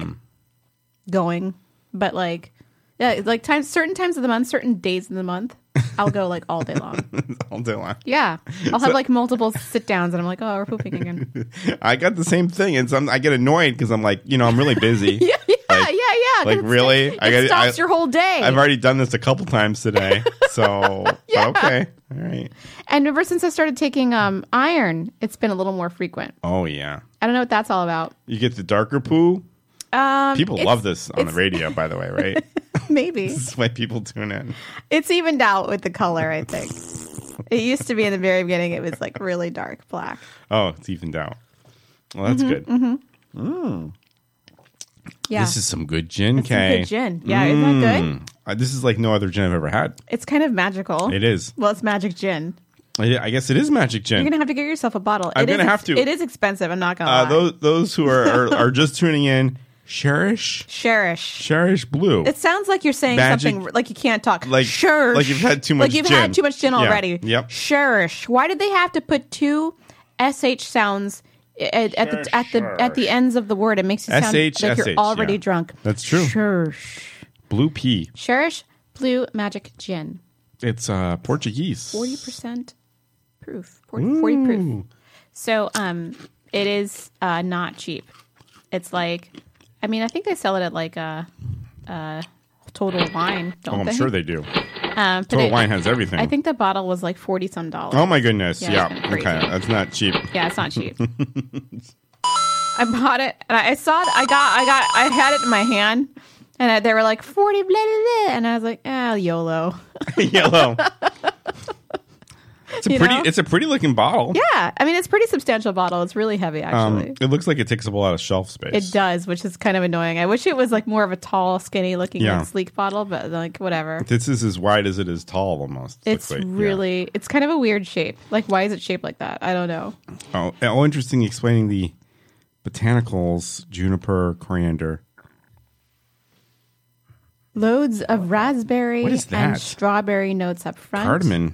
Speaker 1: going. But like, yeah, it's like times certain times of the month, certain days in the month, I'll go like all day long.
Speaker 2: all day long.
Speaker 1: Yeah, I'll
Speaker 2: So-
Speaker 1: have like multiple sit downs, and I'm like, oh, we're pooping again.
Speaker 2: I got the same thing, and some I get annoyed because I'm like, you know, I'm really busy. yeah,
Speaker 1: yeah, yeah, yeah. 'cause
Speaker 2: Like
Speaker 1: it's-
Speaker 2: really,
Speaker 1: it stops your whole day.
Speaker 2: I've already done this a couple times today, so but
Speaker 1: Yeah.
Speaker 2: okay, all right.
Speaker 1: And ever since I started taking um iron, it's been a little more frequent.
Speaker 2: Oh yeah,
Speaker 1: I don't know what that's all about.
Speaker 2: you get the darker poo.
Speaker 1: Um,
Speaker 2: People
Speaker 1: it's-
Speaker 2: love this on the
Speaker 1: it's-
Speaker 2: radio, by the way, right?
Speaker 1: Maybe
Speaker 2: this is why people tune in.
Speaker 1: It's evened out with the color, I think. it used to be in the very beginning, it was like really dark black.
Speaker 2: Oh, it's evened out. Well, that's
Speaker 1: Mhm,
Speaker 2: good.
Speaker 1: mhm.
Speaker 2: Mm.
Speaker 1: Yeah.
Speaker 2: This is some good gin,
Speaker 1: some
Speaker 2: Kay.
Speaker 1: good gin. Yeah, isn't that good?
Speaker 2: Uh, this is like no other gin I've ever had.
Speaker 1: It's kind of magical.
Speaker 2: It is.
Speaker 1: Well, it's magic gin.
Speaker 2: I, I guess it is magic
Speaker 1: You're
Speaker 2: gin.
Speaker 1: going to have to get yourself a bottle.
Speaker 2: I'm
Speaker 1: It is
Speaker 2: gonna
Speaker 1: ex-
Speaker 2: have to.
Speaker 1: It is expensive. I'm not going to
Speaker 2: uh,
Speaker 1: lie.
Speaker 2: those those who are, are are just tuning in, cherish
Speaker 1: Cherish.
Speaker 2: cherish blue.
Speaker 1: It sounds like you're saying
Speaker 2: Magic-
Speaker 1: something like you can't talk.
Speaker 2: Like-
Speaker 1: Cherish.
Speaker 2: like you've had too much
Speaker 1: Like you've
Speaker 2: gin.
Speaker 1: had too much gin
Speaker 2: Yeah.
Speaker 1: already.
Speaker 2: Yep.
Speaker 1: Cherish. Why did they have to put two sh sounds at, at the at the at the ends of the word? It makes you sound
Speaker 2: SH,
Speaker 1: like you're
Speaker 2: SH,
Speaker 1: already
Speaker 2: yeah.
Speaker 1: drunk.
Speaker 2: That's true.
Speaker 1: Cherish.
Speaker 2: Blue pea.
Speaker 1: Cherish blue magic gin.
Speaker 2: It's uh, Portuguese.
Speaker 1: Forty percent proof. 40, 40 proof.
Speaker 2: Ooh.
Speaker 1: So um, it is uh not cheap. It's like, I mean, I think they sell it at like a, uh total wine.
Speaker 2: Oh,
Speaker 1: Don't
Speaker 2: I'm
Speaker 1: they?
Speaker 2: sure they do.
Speaker 1: Um, but
Speaker 2: Total
Speaker 1: it-
Speaker 2: Wine has everything.
Speaker 1: I think the bottle was like forty some dollars.
Speaker 2: Oh my goodness. Yeah.
Speaker 1: it's
Speaker 2: Okay.
Speaker 1: crazy.
Speaker 2: That's not cheap.
Speaker 1: Yeah, it's not cheap. I bought it and I I saw it. I got, I got, I had it in my hand, and I, they were like forty, blah, blah, blah, and I was like, ah, YOLO.
Speaker 2: Yellow. It's a
Speaker 1: You
Speaker 2: pretty.
Speaker 1: know?
Speaker 2: It's a pretty looking bottle.
Speaker 1: Yeah, I mean, it's a pretty substantial bottle. It's really heavy, actually.
Speaker 2: Um, it looks like it takes up a lot of shelf space.
Speaker 1: It does, which is kind of annoying. I wish it was like more of a tall, skinny looking,
Speaker 2: Yeah.
Speaker 1: like, sleek bottle, but like whatever.
Speaker 2: This is as wide as it is tall, almost.
Speaker 1: It's
Speaker 2: looks like.
Speaker 1: really, it's kind of a weird shape. Like, why is it shaped like that? I don't know.
Speaker 2: Oh, oh, interesting. Explaining the botanicals: juniper, coriander.
Speaker 1: Loads of raspberry
Speaker 2: What is
Speaker 1: and
Speaker 2: that?
Speaker 1: strawberry notes up front.
Speaker 2: Cardamom.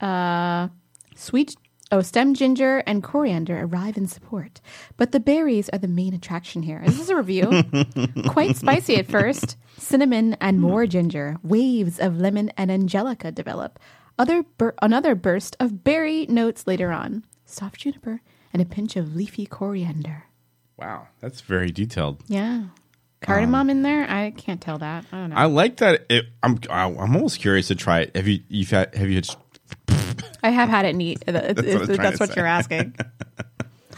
Speaker 1: Uh, sweet. Oh, stem ginger and coriander arrive in support, but the berries are the main attraction here. This is a review. Quite spicy at first. Cinnamon
Speaker 2: Hmm.
Speaker 1: and more ginger. Waves of lemon and angelica develop. Other bur- another burst of berry notes later on. Soft juniper and a pinch of leafy coriander.
Speaker 2: Wow, that's very detailed.
Speaker 1: Yeah, cardamom
Speaker 2: Um,
Speaker 1: in there. I can't tell that. I don't know.
Speaker 2: I like that. It, I'm I- I'm almost curious to try it. Have you you've had have you had
Speaker 1: I have had it neat. That's,
Speaker 2: what I was trying
Speaker 1: that's
Speaker 2: to
Speaker 1: what
Speaker 2: say.
Speaker 1: you're asking.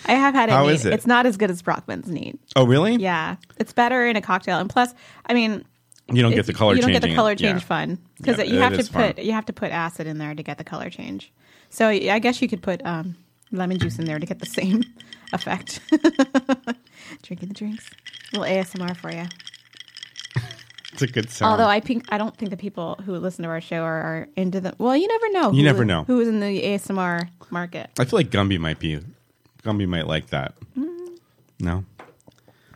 Speaker 1: I have had it
Speaker 2: How
Speaker 1: neat.
Speaker 2: is it?
Speaker 1: It's not as good as Brockman's neat.
Speaker 2: Oh, really?
Speaker 1: Yeah, it's better in a cocktail. And plus, I mean,
Speaker 2: You don't
Speaker 1: if-
Speaker 2: get the color
Speaker 1: You don't get the
Speaker 2: changing.
Speaker 1: color change
Speaker 2: Yeah.
Speaker 1: fun because
Speaker 2: Yeah,
Speaker 1: you
Speaker 2: it
Speaker 1: have to
Speaker 2: is fun.
Speaker 1: put you have to put acid in there to get the color change. So I guess you could put um, lemon juice in there to get the same effect. Drinking the drinks, a little ASMR for you.
Speaker 2: It's a good sound.
Speaker 1: Although I think I don't think the people who listen to our show are, are into the. Well, you never know.
Speaker 2: You
Speaker 1: who-
Speaker 2: never know.
Speaker 1: who's in the ASMR market.
Speaker 2: I feel like Gumby might be Gumby might like that.
Speaker 1: Mm.
Speaker 2: No.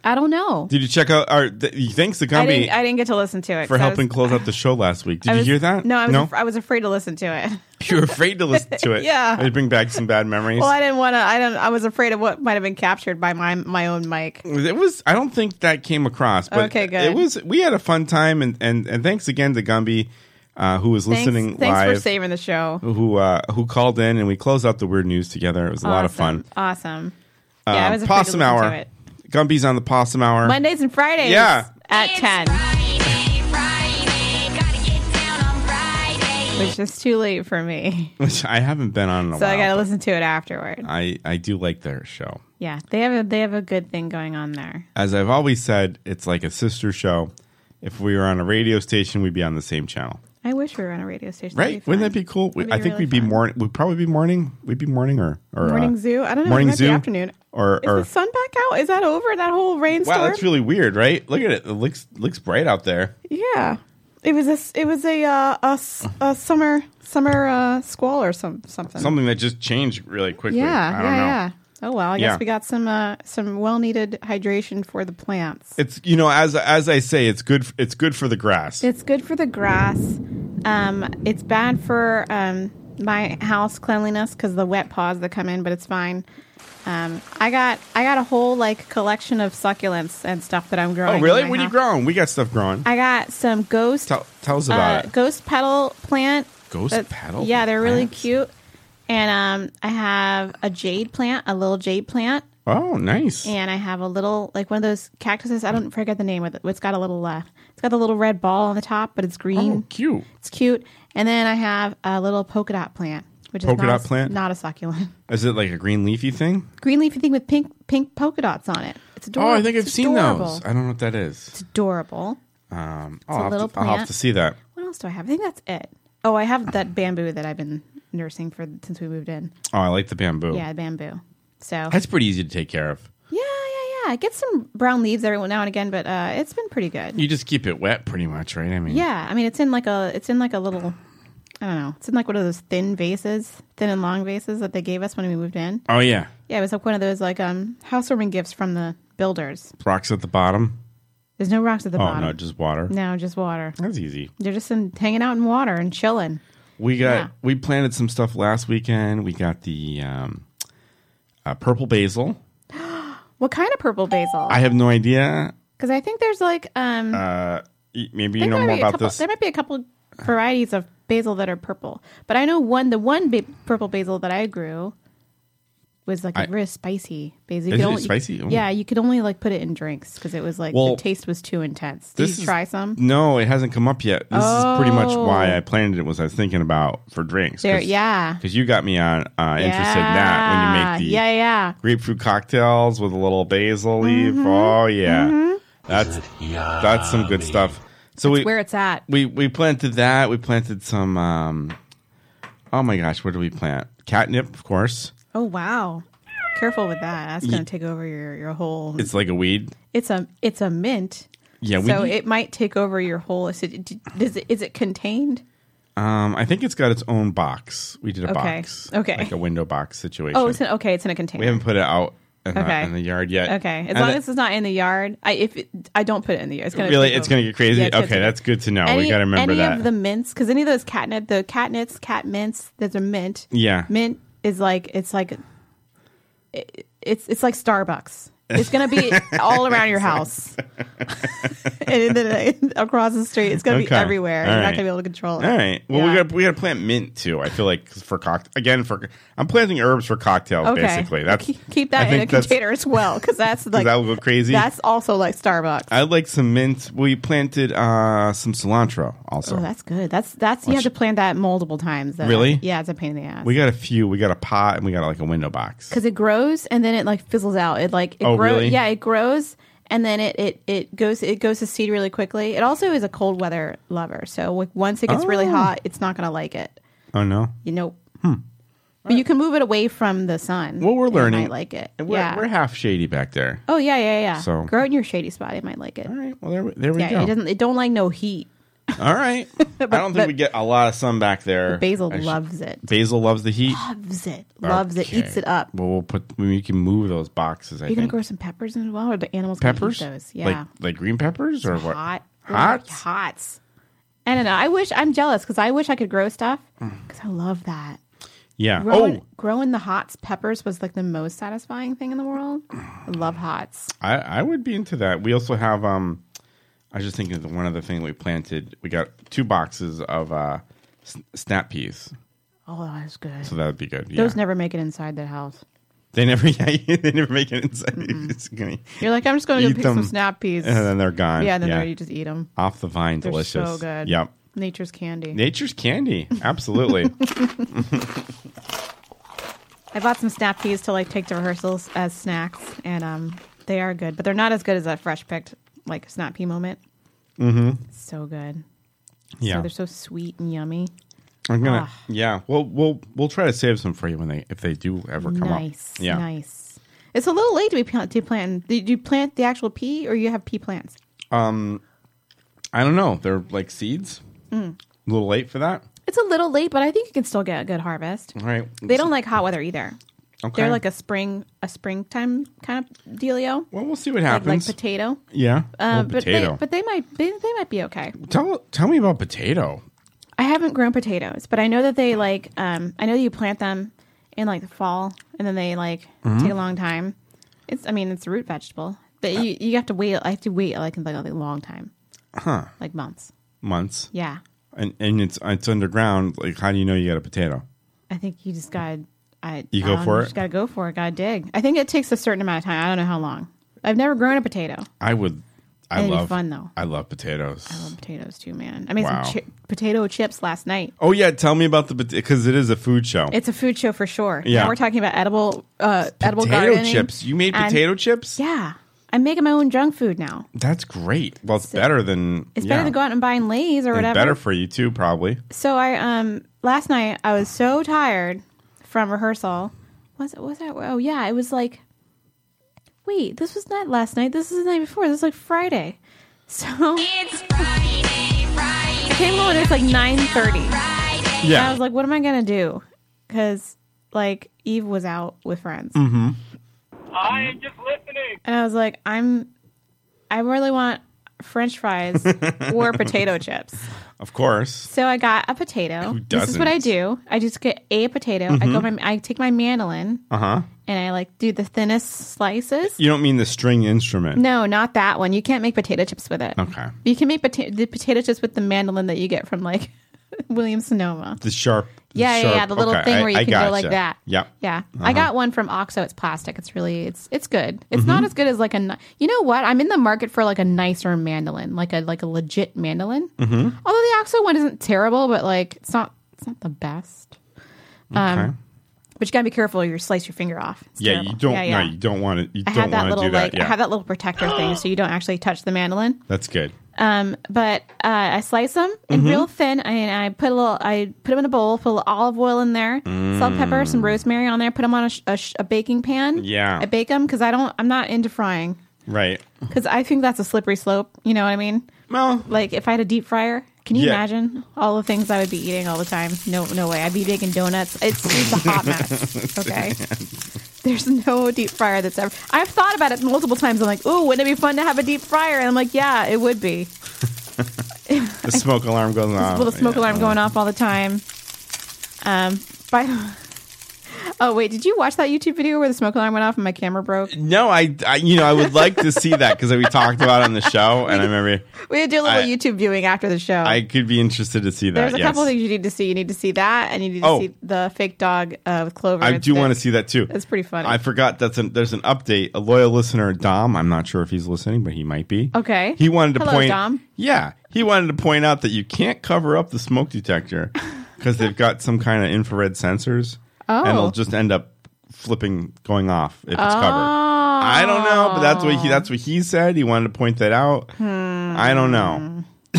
Speaker 1: I don't know.
Speaker 2: Did you check out our th- thanks to
Speaker 1: I
Speaker 2: Gumby
Speaker 1: didn't, I didn't get to listen to it
Speaker 2: for
Speaker 1: 'cause I
Speaker 2: helping
Speaker 1: was-
Speaker 2: close out the show last week? Did
Speaker 1: I
Speaker 2: you
Speaker 1: was-
Speaker 2: hear that?
Speaker 1: No, I was,
Speaker 2: no?
Speaker 1: af- I was afraid to listen to it.
Speaker 2: you were afraid to listen to it.
Speaker 1: Yeah.
Speaker 2: Did it bring back some bad memories?
Speaker 1: Well, I didn't want to. I don't. I was afraid of what might have been captured by my my own mic.
Speaker 2: it was I don't think that came across, but
Speaker 1: Okay, good.
Speaker 2: it was we had a fun time and and, and thanks again to Gumby uh, who was
Speaker 1: Thanks,
Speaker 2: listening
Speaker 1: thanks
Speaker 2: live.
Speaker 1: for saving the show.
Speaker 2: who uh, who called in and we closed out the weird news together. It was a lot of fun.
Speaker 1: Awesome. Yeah, I
Speaker 2: Um,
Speaker 1: was afraid
Speaker 2: possum
Speaker 1: to listen
Speaker 2: hour.
Speaker 1: to it.
Speaker 2: Gumby's on the possum hour.
Speaker 1: Mondays and Fridays.
Speaker 2: Yeah.
Speaker 1: At ten. which is too late for me.
Speaker 2: Which I haven't been on in a
Speaker 1: So
Speaker 2: while.
Speaker 1: I got to
Speaker 2: but
Speaker 1: listen to it afterward.
Speaker 2: I, I do like their show.
Speaker 1: Yeah, they have a they have a good thing going on there.
Speaker 2: As I've always said, it's like a sister show. If we were on a radio station, we'd be on the same channel.
Speaker 1: I wish we were on a radio station. That'd
Speaker 2: Right?
Speaker 1: be
Speaker 2: Wouldn't
Speaker 1: fun.
Speaker 2: that be cool? We-
Speaker 1: That'd
Speaker 2: I think
Speaker 1: really
Speaker 2: we'd be
Speaker 1: fun.
Speaker 2: morning. We'd probably be morning. We'd be morning or or uh,
Speaker 1: Morning zoo? I don't know.
Speaker 2: Morning
Speaker 1: it might
Speaker 2: zoo
Speaker 1: Be afternoon.
Speaker 2: or
Speaker 1: Is
Speaker 2: or
Speaker 1: the sun back out? Is that over? That whole rainstorm?
Speaker 2: wow, that's really weird, right? Look at it. It looks looks bright out there.
Speaker 1: yeah. It was a s- it was a uh, a, s- a summer summer uh, squall or some something.
Speaker 2: Something that just changed really quickly.
Speaker 1: yeah,
Speaker 2: I don't
Speaker 1: yeah,
Speaker 2: know.
Speaker 1: yeah. Oh well, I
Speaker 2: Yeah.
Speaker 1: guess we got some uh, some well needed hydration for the plants.
Speaker 2: It's you know as as I say, it's good. f- It's good for the grass.
Speaker 1: It's good for the grass. Um, it's bad for um, my house cleanliness because the wet paws that come in, but it's fine. Um, I got I got a whole like collection of succulents and stuff that I'm growing.
Speaker 2: Oh
Speaker 1: in
Speaker 2: really?
Speaker 1: my
Speaker 2: What are you
Speaker 1: house.
Speaker 2: growing? We got stuff growing.
Speaker 1: I got some ghost
Speaker 2: tell, tell us about
Speaker 1: uh,
Speaker 2: it.
Speaker 1: ghost petal plant.
Speaker 2: Ghost
Speaker 1: That's-
Speaker 2: petal
Speaker 1: Yeah, they're really
Speaker 2: plants?
Speaker 1: cute. And um, I have a jade plant, a little jade plant,
Speaker 2: Oh, nice.
Speaker 1: and I have a little like one of those cactuses. I don't forget the name of it. It's got a little uh, it's got the little red ball on the top, but it's green.
Speaker 2: Oh, cute.
Speaker 1: It's cute. And then I have a little polka dot plant, which
Speaker 2: Polka
Speaker 1: is not
Speaker 2: dot
Speaker 1: a,
Speaker 2: plant?
Speaker 1: not a succulent.
Speaker 2: Is it like a green leafy thing?
Speaker 1: Green leafy thing with pink pink polka dots on it. It's adorable.
Speaker 2: Oh, I think I've
Speaker 1: It's
Speaker 2: seen
Speaker 1: adorable.
Speaker 2: those. I don't know what that is.
Speaker 1: It's adorable.
Speaker 2: Um,
Speaker 1: a
Speaker 2: I'll, have
Speaker 1: little
Speaker 2: to, I'll have
Speaker 1: plant.
Speaker 2: to see that.
Speaker 1: What else do I have? I think that's it. Oh, I have that bamboo that I've been nursing for since we moved in.
Speaker 2: Oh, I like the bamboo.
Speaker 1: Yeah, bamboo. So
Speaker 2: That's pretty easy to take care of.
Speaker 1: yeah, yeah, yeah. I get some brown leaves every now and again, but uh, it's been pretty good.
Speaker 2: You just keep it wet, pretty much, right? I mean,
Speaker 1: Yeah, I mean it's in like a it's in like a little I don't know. It's in like one of those thin vases, thin and long vases that they gave us when we moved in.
Speaker 2: Oh yeah,
Speaker 1: Yeah, it was like one of those like um housewarming gifts from the builders.
Speaker 2: rocks at the bottom.
Speaker 1: There's no rocks at the
Speaker 2: oh
Speaker 1: bottom.
Speaker 2: no, just water.
Speaker 1: no, just water.
Speaker 2: That's easy.
Speaker 1: They're just in, hanging out in water and chilling.
Speaker 2: We got
Speaker 1: Yeah.
Speaker 2: we planted some stuff last weekend. We got the um, uh, purple basil.
Speaker 1: What kind of purple basil?
Speaker 2: I have no idea.
Speaker 1: Because I, think there's like um
Speaker 2: Uh, y- maybe
Speaker 1: I think there
Speaker 2: you know
Speaker 1: might
Speaker 2: more
Speaker 1: be a
Speaker 2: about
Speaker 1: couple-
Speaker 2: this.
Speaker 1: There might be a couple varieties of basil that are purple, but I know one. The one ba- purple basil that I grew was like a
Speaker 2: I-
Speaker 1: really spicy basil.
Speaker 2: Is
Speaker 1: could
Speaker 2: it
Speaker 1: only- you-
Speaker 2: spicy? Ooh.
Speaker 1: yeah, you could only like put it in drinks because it was like
Speaker 2: Well,
Speaker 1: the taste was too intense. Did
Speaker 2: this
Speaker 1: you
Speaker 2: is-
Speaker 1: try some?
Speaker 2: No, it hasn't come up yet. This is pretty much why
Speaker 1: Oh.
Speaker 2: I planted it. Was I was thinking about for drinks?
Speaker 1: There, yeah,
Speaker 2: Because you got me on uh, interested in that when you make the
Speaker 1: yeah, yeah.
Speaker 2: grapefruit cocktails with a little basil leaf.
Speaker 1: Mm-hmm.
Speaker 2: Oh yeah, that's that's some good stuff. So
Speaker 1: That's
Speaker 2: we
Speaker 1: where Mm-hmm. it's at.
Speaker 2: we we planted that. We planted some. um Oh my gosh, what did we plant? Catnip, of course.
Speaker 1: Oh wow. Careful with that. That's
Speaker 2: Ye-
Speaker 1: going to take over your, your whole.
Speaker 2: It's like a weed.
Speaker 1: It's a it's a mint.
Speaker 2: Yeah, we
Speaker 1: so
Speaker 2: need-
Speaker 1: it might take over your whole. Is it, does it is it contained?
Speaker 2: Um, I think it's got its own box. We did a
Speaker 1: Okay.
Speaker 2: box,
Speaker 1: Okay.
Speaker 2: like a window box situation.
Speaker 1: Oh, it's in, okay. It's in a container.
Speaker 2: we haven't put it out in, the-
Speaker 1: Okay.
Speaker 2: in the yard yet.
Speaker 1: Okay, as
Speaker 2: And
Speaker 1: long
Speaker 2: that-
Speaker 1: as it's not in the yard, I if it, I don't put it in the yard, it's gonna
Speaker 2: really,
Speaker 1: take
Speaker 2: it's
Speaker 1: over.
Speaker 2: going to get crazy.
Speaker 1: Yeah, it's gonna
Speaker 2: okay,
Speaker 1: take
Speaker 2: that's
Speaker 1: over.
Speaker 2: good to know.
Speaker 1: Any,
Speaker 2: we got to remember
Speaker 1: any
Speaker 2: that.
Speaker 1: of the mints because any of those catnip, the catnips, cat mints, there's a mint.
Speaker 2: Yeah.
Speaker 1: mint is like it's like it, it's it's like Starbucks. It's gonna be all around your house, and then uh, across the street, it's gonna be
Speaker 2: Okay.
Speaker 1: everywhere.
Speaker 2: All
Speaker 1: You're
Speaker 2: right.
Speaker 1: not gonna be able to control it.
Speaker 2: All right. Well, we
Speaker 1: Yeah.
Speaker 2: got we got to plant mint too. I feel like for cock again for I'm planting herbs for cocktails
Speaker 1: Okay.
Speaker 2: basically. That's
Speaker 1: Keep- keep
Speaker 2: I
Speaker 1: that in
Speaker 2: think
Speaker 1: a
Speaker 2: that's-
Speaker 1: container as well, because that's like
Speaker 2: that will go crazy.
Speaker 1: That's also like Starbucks.
Speaker 2: I like some mint. We planted uh some cilantro also.
Speaker 1: Oh, that's good. That's that's you have to plan that multiple times. Though.
Speaker 2: Really?
Speaker 1: Yeah, it's a pain in the ass.
Speaker 2: we got a few. We got a pot and we got like a window box.
Speaker 1: because it grows and then it like fizzles out. It like it
Speaker 2: Oh,
Speaker 1: grows.
Speaker 2: really?
Speaker 1: Yeah, it grows and then it, it it goes it goes to seed really quickly. It also is a cold weather lover, so like once it gets really
Speaker 2: Oh.
Speaker 1: hot, it's not gonna like it.
Speaker 2: Oh no.
Speaker 1: You know. But you can move it away from the sun.
Speaker 2: Well, we're
Speaker 1: and
Speaker 2: learning.
Speaker 1: It might like it.
Speaker 2: And We're,
Speaker 1: yeah.
Speaker 2: we're half shady back there.
Speaker 1: oh yeah, yeah, yeah.
Speaker 2: So-
Speaker 1: grow it in your shady spot. It might like it.
Speaker 2: All right. Well, there we- there we
Speaker 1: yeah, it
Speaker 2: go.
Speaker 1: doesn't. It don't like no heat.
Speaker 2: All right. I don't think
Speaker 1: but-
Speaker 2: we get a lot of sun back there.
Speaker 1: Basil
Speaker 2: I should-
Speaker 1: loves it.
Speaker 2: Basil loves the heat.
Speaker 1: Loves it. Loves it. Eats
Speaker 2: Okay.
Speaker 1: it up.
Speaker 2: Well, we'll put we can move those boxes. I
Speaker 1: Are you gonna
Speaker 2: think.
Speaker 1: grow some peppers as well, or the animals gonna eat
Speaker 2: peppers?
Speaker 1: those? Yeah.
Speaker 2: Like, like green peppers or what?
Speaker 1: hot,
Speaker 2: Hot?
Speaker 1: hots. I don't know. I wish I'm jealous because I wish I could grow stuff because I love that.
Speaker 2: Yeah.
Speaker 1: Growing,
Speaker 2: Mm. oh,
Speaker 1: growing the hots peppers was like the most satisfying thing in the world. I love hots.
Speaker 2: I, I would be into that. We also have um I was just thinking of the one other thing we planted. We got two boxes of uh s- snap peas.
Speaker 1: Oh, that was good.
Speaker 2: So that would be good. Yeah.
Speaker 1: Those never make it inside the house.
Speaker 2: they never yeah, they never make it inside.
Speaker 1: Mm-hmm.
Speaker 2: It's gonna
Speaker 1: You're like, I'm just going to
Speaker 2: Eat
Speaker 1: pick
Speaker 2: them,
Speaker 1: some snap peas.
Speaker 2: and then they're gone.
Speaker 1: yeah, then they're- you just eat them.
Speaker 2: off the vine
Speaker 1: They're
Speaker 2: delicious.
Speaker 1: so good.
Speaker 2: Yep.
Speaker 1: Nature's candy.
Speaker 2: Nature's candy. Absolutely.
Speaker 1: I bought some snap peas to like take to rehearsals as snacks, and um, they are good, but they're not as good as that fresh picked like snap pea moment.
Speaker 2: Mm-hmm.
Speaker 1: So good.
Speaker 2: Yeah.
Speaker 1: so they're so sweet and yummy.
Speaker 2: I'm gonna.
Speaker 1: Ah.
Speaker 2: Yeah. We'll we'll we'll try to save some for you when they if they do ever come
Speaker 1: nice,
Speaker 2: up. Yeah.
Speaker 1: nice. It's a little late to be plant. To plant. Did you plant the actual pea, or you have pea plants?
Speaker 2: Um, I don't know. They're like seeds.
Speaker 1: Mm.
Speaker 2: A little late for that.
Speaker 1: It's a little late, but I think you can still get a good harvest.
Speaker 2: All right.
Speaker 1: They don't like hot weather either.
Speaker 2: Mm. Okay.
Speaker 1: They're like a spring, a springtime kind of dealio.
Speaker 2: Well, we'll see what
Speaker 1: Like-
Speaker 2: happens.
Speaker 1: Like, potato.
Speaker 2: Yeah.
Speaker 1: Uh,
Speaker 2: Well,
Speaker 1: but
Speaker 2: potato.
Speaker 1: They, but they might they, they might be okay.
Speaker 2: tell tell me about potato.
Speaker 1: I haven't grown potatoes, but I know that they like. Um, I know you plant them in like the fall, and then they like
Speaker 2: Mhm.
Speaker 1: take a long time. It's I mean it's a root vegetable, but you you have to wait. I have to wait like like a long time,
Speaker 2: Huh.
Speaker 1: like months.
Speaker 2: Months.
Speaker 1: Yeah,
Speaker 2: And and it's it's underground. Like how do you know you got a potato?
Speaker 1: I think you just gotta. I
Speaker 2: You
Speaker 1: I
Speaker 2: go
Speaker 1: don't
Speaker 2: for
Speaker 1: know,
Speaker 2: it?
Speaker 1: Just gotta go for it. Gotta dig. I think it takes a certain amount of time. I don't know how long. I've never grown a potato.
Speaker 2: I would. I
Speaker 1: It'd be
Speaker 2: love
Speaker 1: fun, though.
Speaker 2: I love potatoes.
Speaker 1: I love potatoes too, man. I made
Speaker 2: Wow.
Speaker 1: some chi- potato chips last night.
Speaker 2: oh yeah, tell me about the because it is a food show.
Speaker 1: It's a food show for sure.
Speaker 2: Yeah.
Speaker 1: Now we're talking about edible uh, edible
Speaker 2: potato
Speaker 1: gardening
Speaker 2: chips. You made
Speaker 1: and-
Speaker 2: potato chips.
Speaker 1: Yeah, I'm making my own junk food now.
Speaker 2: That's great. Well, it's better than
Speaker 1: It's
Speaker 2: yeah.
Speaker 1: better than going out and buying Lay's or
Speaker 2: And
Speaker 1: whatever.
Speaker 2: better for you too, probably.
Speaker 1: so I um last night I was so tired from rehearsal. Was it was that? Oh yeah, it was like. Wait, this was not last night. This is the night before. This is like Friday. So it's Friday. Friday. I came home and it's like nine thirty.
Speaker 2: Yeah.
Speaker 1: And I was like, what am I gonna do? Because like Eve was out with friends.
Speaker 2: Mm-hmm.
Speaker 4: I am just listening.
Speaker 1: And I was like, I'm, I really want French fries or potato chips.
Speaker 2: Of course.
Speaker 1: So I got a potato.
Speaker 2: Who
Speaker 1: This is what I
Speaker 2: doesn't? Mm-hmm.
Speaker 1: do. I just get a potato. I go my, I take my mandolin
Speaker 2: Uh huh.
Speaker 1: and I like do the thinnest slices.
Speaker 2: You don't mean the string instrument.
Speaker 1: No, not that one. You can't make potato chips with it.
Speaker 2: Okay.
Speaker 1: You can make pota- the potato chips with the mandolin that you get from like William Sonoma.
Speaker 2: The sharp. the
Speaker 1: Yeah, yeah,
Speaker 2: sharp-
Speaker 1: yeah, the little
Speaker 2: okay,
Speaker 1: thing
Speaker 2: I-
Speaker 1: where you
Speaker 2: I
Speaker 1: can go
Speaker 2: gotcha.
Speaker 1: like that.
Speaker 2: Yep.
Speaker 1: Yeah.
Speaker 2: Uh-huh.
Speaker 1: I got one from Oxo. It's plastic. It's really it's it's good. It's not
Speaker 2: Mhm.
Speaker 1: as good as like a ni- You know what? I'm in the market for like a nicer mandolin, like a like a legit mandolin.
Speaker 2: Mm-hmm.
Speaker 1: Although the Oxo one isn't terrible, but like it's not it's not the best.
Speaker 2: Okay.
Speaker 1: but you got to be careful or you slice your finger off. It's
Speaker 2: Yeah,
Speaker 1: terrible.
Speaker 2: you don't.
Speaker 1: Yeah, yeah.
Speaker 2: No, you don't want to. You
Speaker 1: I
Speaker 2: don't
Speaker 1: had that
Speaker 2: want to
Speaker 1: little
Speaker 2: do that.
Speaker 1: like
Speaker 2: yeah.
Speaker 1: I had that little protector thing so you don't actually touch the mandolin.
Speaker 2: That's good.
Speaker 1: Um, but uh, I slice them in
Speaker 2: Mhm.
Speaker 1: real thin, and I put a little. I put them in a bowl, put a little olive oil in there, salt, pepper, some rosemary on there. Put them on a, sh- a, sh- a baking pan.
Speaker 2: Mm. Yeah.
Speaker 1: I bake them because I don't. I'm not into frying
Speaker 2: Right.
Speaker 1: because I think that's a slippery slope. You know what I mean?
Speaker 2: Well,
Speaker 1: like if I had a deep fryer, can you
Speaker 2: Yeah.
Speaker 1: imagine all the things I would be eating all the time? No, no way. I'd be baking donuts. It's, it's a hot mess. Okay. There's no deep fryer that's ever. I've thought about it multiple times. I'm like, ooh, wouldn't it be fun to have a deep fryer? And I'm like, yeah, it would be.
Speaker 2: The smoke alarm goes
Speaker 1: There's
Speaker 2: off.
Speaker 1: a little smoke
Speaker 2: Oh, yeah.
Speaker 1: alarm going off all the time. Um, by the oh wait, did you watch that YouTube video where the smoke alarm went off and my camera broke?
Speaker 2: No, I, I. You know, I would like to see that because we talked about it on the show, and I remember
Speaker 1: We had to do a little
Speaker 2: I-
Speaker 1: YouTube viewing after the show.
Speaker 2: I could be interested to see that.
Speaker 1: There's a
Speaker 2: yes.
Speaker 1: couple things you need to see. You need to see that, and you need to
Speaker 2: Oh.
Speaker 1: see the fake dog uh, with Clover.
Speaker 2: I
Speaker 1: It's
Speaker 2: do
Speaker 1: the-
Speaker 2: want to see that too.
Speaker 1: That's pretty funny.
Speaker 2: I forgot that's an, there's an update. A loyal listener, Dom. I'm not sure if he's listening, but he might be.
Speaker 1: okay.
Speaker 2: He wanted to
Speaker 1: Hello,
Speaker 2: point.
Speaker 1: Dom.
Speaker 2: Yeah, he wanted to point out that you can't cover up the smoke detector because they've got some kind of infrared sensors, and
Speaker 1: Oh.
Speaker 2: it'll just end up flipping going off if it's
Speaker 1: Oh.
Speaker 2: covered. I don't know, but that's what he that's what he said. He wanted to point that out. I don't know,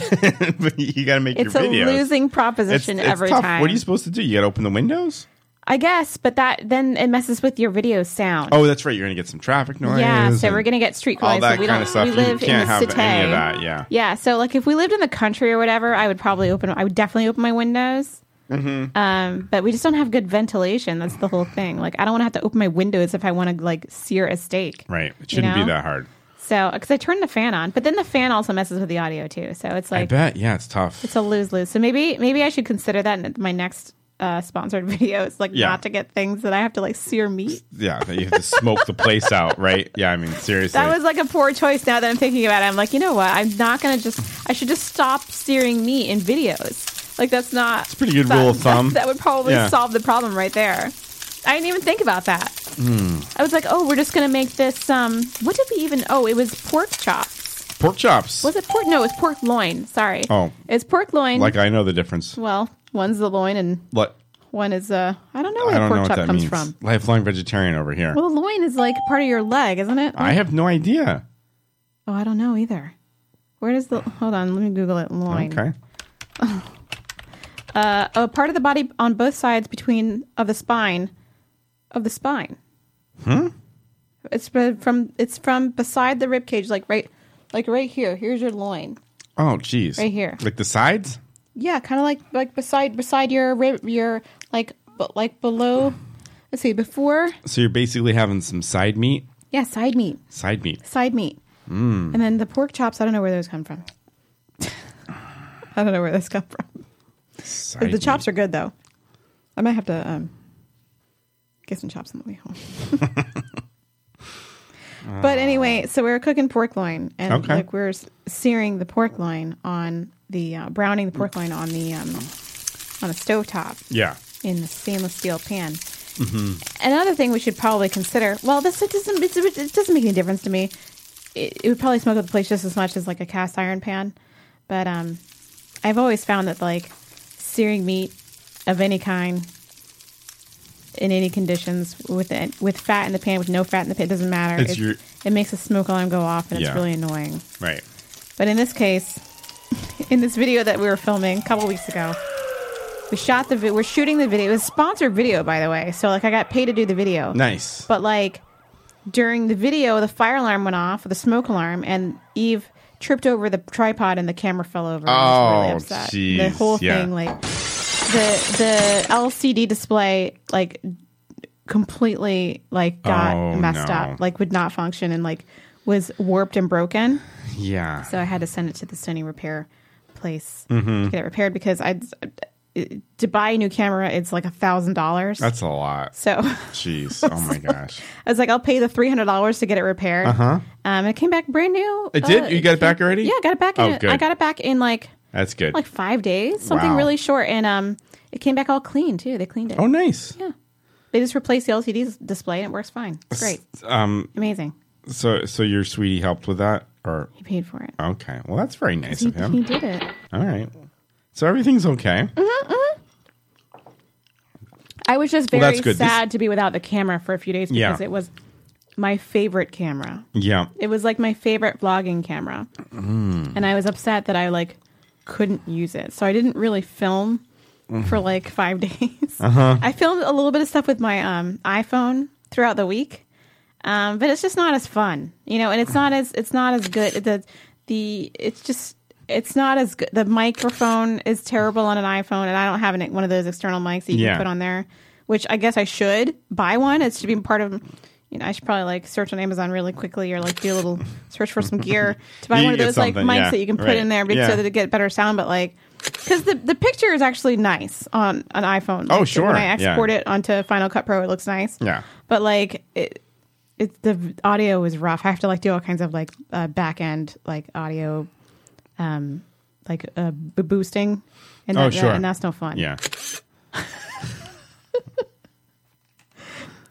Speaker 2: but you got to make
Speaker 1: Hmm. It's a
Speaker 2: your videos.
Speaker 1: losing
Speaker 2: It's-
Speaker 1: proposition
Speaker 2: it's
Speaker 1: every
Speaker 2: tough.
Speaker 1: time.
Speaker 2: What are you supposed to do? You got to open the windows.
Speaker 1: I guess, but that then it messes with your video sound.
Speaker 2: Oh, that's right. You're gonna get some traffic noise.
Speaker 1: yeah, so
Speaker 2: and-
Speaker 1: we're gonna get street
Speaker 2: all
Speaker 1: noise.
Speaker 2: that
Speaker 1: we
Speaker 2: kind
Speaker 1: don't,
Speaker 2: of stuff.
Speaker 1: We
Speaker 2: You
Speaker 1: live
Speaker 2: can't
Speaker 1: in the
Speaker 2: have
Speaker 1: city.
Speaker 2: any of that, yeah.
Speaker 1: Yeah. So like, if we lived in the country or whatever, I would probably open. I would definitely open my windows.
Speaker 2: Mhm.
Speaker 1: Um, but we just don't have good ventilation. That's the whole thing. Like, I don't want to have to open my windows if I want to like sear a steak.
Speaker 2: Right. It
Speaker 1: you
Speaker 2: shouldn't
Speaker 1: know?
Speaker 2: be that hard.
Speaker 1: So, because I turned the fan on, but then the fan also messes with the audio too. So it's
Speaker 2: I
Speaker 1: like
Speaker 2: bet. Yeah, it's tough.
Speaker 1: it's a lose lose. So maybe maybe I should consider that in my next uh, sponsored video. It's like
Speaker 2: Yeah.
Speaker 1: not to get things that I have to like sear meat.
Speaker 2: yeah, that you have to smoke the place out, right? Yeah, I mean, seriously.
Speaker 1: That was like a poor choice. Now that I'm thinking about it, I'm like, you know what? I'm not gonna just. I should just stop searing meat in videos. Like that's not. It's a
Speaker 2: pretty good rule of thumb.
Speaker 1: That, would probably
Speaker 2: Yeah.
Speaker 1: solve the problem right there. I didn't even think about that.
Speaker 2: Hmm.
Speaker 1: I was like, oh, we're just gonna make this. Um, what did we even? Oh, it was pork chops.
Speaker 2: pork chops.
Speaker 1: Was it pork? No, it's pork loin. Sorry.
Speaker 2: Oh.
Speaker 1: It's pork loin.
Speaker 2: Like I know the difference.
Speaker 1: well, one's the loin and
Speaker 2: What?
Speaker 1: one is uh I don't know where
Speaker 2: I don't know
Speaker 1: pork
Speaker 2: what
Speaker 1: chop
Speaker 2: that
Speaker 1: comes
Speaker 2: means.
Speaker 1: from.
Speaker 2: Lifelong vegetarian over here.
Speaker 1: Well, loin is like part of your leg, isn't it?
Speaker 2: I have no idea.
Speaker 1: Oh, I don't know either. Where does the hold on? Let me Google it. Loin.
Speaker 2: Okay.
Speaker 1: Uh, a part of the body on both sides between of the spine, of the spine.
Speaker 2: Hmm?
Speaker 1: It's be- from it's from beside the rib cage, like right, like right here. Here's your loin.
Speaker 2: Oh, geez.
Speaker 1: Right here.
Speaker 2: Like the sides?
Speaker 1: Yeah, kind of like like beside beside your rib, your like but like below. Let's see, before
Speaker 2: So you're basically having some side meat.
Speaker 1: yeah, side meat,
Speaker 2: Side meat.
Speaker 1: side meat,
Speaker 2: Mm.
Speaker 1: and then the pork chops. I don't know where those come from. I don't know where those come from.
Speaker 2: Side
Speaker 1: the chops are good though. I might have to um, get some chops on the way home. But anyway, so we were cooking pork loin, and
Speaker 2: Okay.
Speaker 1: like we were s- searing the pork loin on the uh, browning the pork loin on the um, on a stove top
Speaker 2: Yeah.
Speaker 1: in the stainless steel pan.
Speaker 2: hmm
Speaker 1: Another thing we should probably consider. Well, this it doesn't it's, it doesn't make any difference to me. It, it would probably smoke up the place just as much as like a cast iron pan, but um, I've always found that like searing meat of any kind in any conditions with it, with fat in the pan with no fat in the pan it doesn't matter.
Speaker 2: It's
Speaker 1: It-
Speaker 2: your-
Speaker 1: it makes a smoke alarm go off and
Speaker 2: Yeah.
Speaker 1: it's really annoying.
Speaker 2: Right.
Speaker 1: But in this case, in this video that we were filming a couple weeks ago, we shot the vi- we're shooting the video. It was a sponsored video, by the way. So like I got paid to do the video.
Speaker 2: Nice.
Speaker 1: But like during the video, the fire alarm went off, the smoke alarm, and Eve tripped over the tripod and the camera fell over. and was really
Speaker 2: Oh,
Speaker 1: upset.
Speaker 2: jeez,
Speaker 1: The whole
Speaker 2: yeah.
Speaker 1: thing, like the the LCD display, like completely like got
Speaker 2: Oh,
Speaker 1: messed
Speaker 2: no.
Speaker 1: up, like would not function, and like was warped and broken.
Speaker 2: Yeah.
Speaker 1: So I had to send it to the Sony repair place
Speaker 2: Mhm.
Speaker 1: to get it repaired because I to buy a new camera it's like a thousand dollars.
Speaker 2: That's a lot.
Speaker 1: So-
Speaker 2: Jeez. Oh my gosh.
Speaker 1: I was like, I'll pay the three hundred dollars to get it repaired.
Speaker 2: Uh huh.
Speaker 1: Um, it came back brand new.
Speaker 2: It
Speaker 1: Uh,
Speaker 2: did. You got it back already?
Speaker 1: Yeah, I got it back.
Speaker 2: Oh,
Speaker 1: in,
Speaker 2: good.
Speaker 1: I got it back in like
Speaker 2: That's good.
Speaker 1: like five days, something
Speaker 2: Wow.
Speaker 1: really short, and um, it came back all clean too. They cleaned it.
Speaker 2: Oh, nice.
Speaker 1: Yeah, they just replaced the LCD s- display and it works fine. It's great,
Speaker 2: Um.
Speaker 1: amazing.
Speaker 2: So so your sweetie helped with that, or
Speaker 1: He paid for it.
Speaker 2: okay. Well, that's very nice
Speaker 1: He,
Speaker 2: of him.
Speaker 1: he did it.
Speaker 2: All right. So everything's okay.
Speaker 1: Mm-hmm. I was just
Speaker 2: Well,
Speaker 1: very
Speaker 2: that's good. This-
Speaker 1: sad to be without the camera for a few days
Speaker 2: Yeah.
Speaker 1: because it was my favorite camera.
Speaker 2: Yeah.
Speaker 1: It was like my favorite vlogging camera.
Speaker 2: Mm.
Speaker 1: and I was upset that I like couldn't use it. So I didn't really film
Speaker 2: Mm-hmm.
Speaker 1: for like five days.
Speaker 2: Uh-huh.
Speaker 1: I filmed a little bit of stuff with my um, iPhone throughout the week, um, but it's just not as fun, you know. And it's not as it's not as good. The the it's just it's not as good. The microphone is terrible on an iPhone, and I don't have an, one of those external mics that you
Speaker 2: Yeah.
Speaker 1: can put on there. Which I guess I should buy one. It should be part of. You know, I should probably like search on Amazon really quickly, or like do a little search for some gear to buy
Speaker 2: You
Speaker 1: one of
Speaker 2: get
Speaker 1: those like
Speaker 2: something,
Speaker 1: mics
Speaker 2: yeah.
Speaker 1: that you can put
Speaker 2: Right.
Speaker 1: in there because
Speaker 2: Yeah.
Speaker 1: so that it get better sound. But like, because the the picture is actually nice on an iPhone.
Speaker 2: Oh,
Speaker 1: Like,
Speaker 2: sure.
Speaker 1: When I
Speaker 2: Yeah.
Speaker 1: export it onto Final Cut Pro, it looks nice.
Speaker 2: Yeah.
Speaker 1: But like it, it's the audio is rough. I have to like do all kinds of like uh, back end like audio, um, like uh, b- boosting, and
Speaker 2: oh
Speaker 1: that,
Speaker 2: sure.
Speaker 1: and that's no fun.
Speaker 2: Yeah.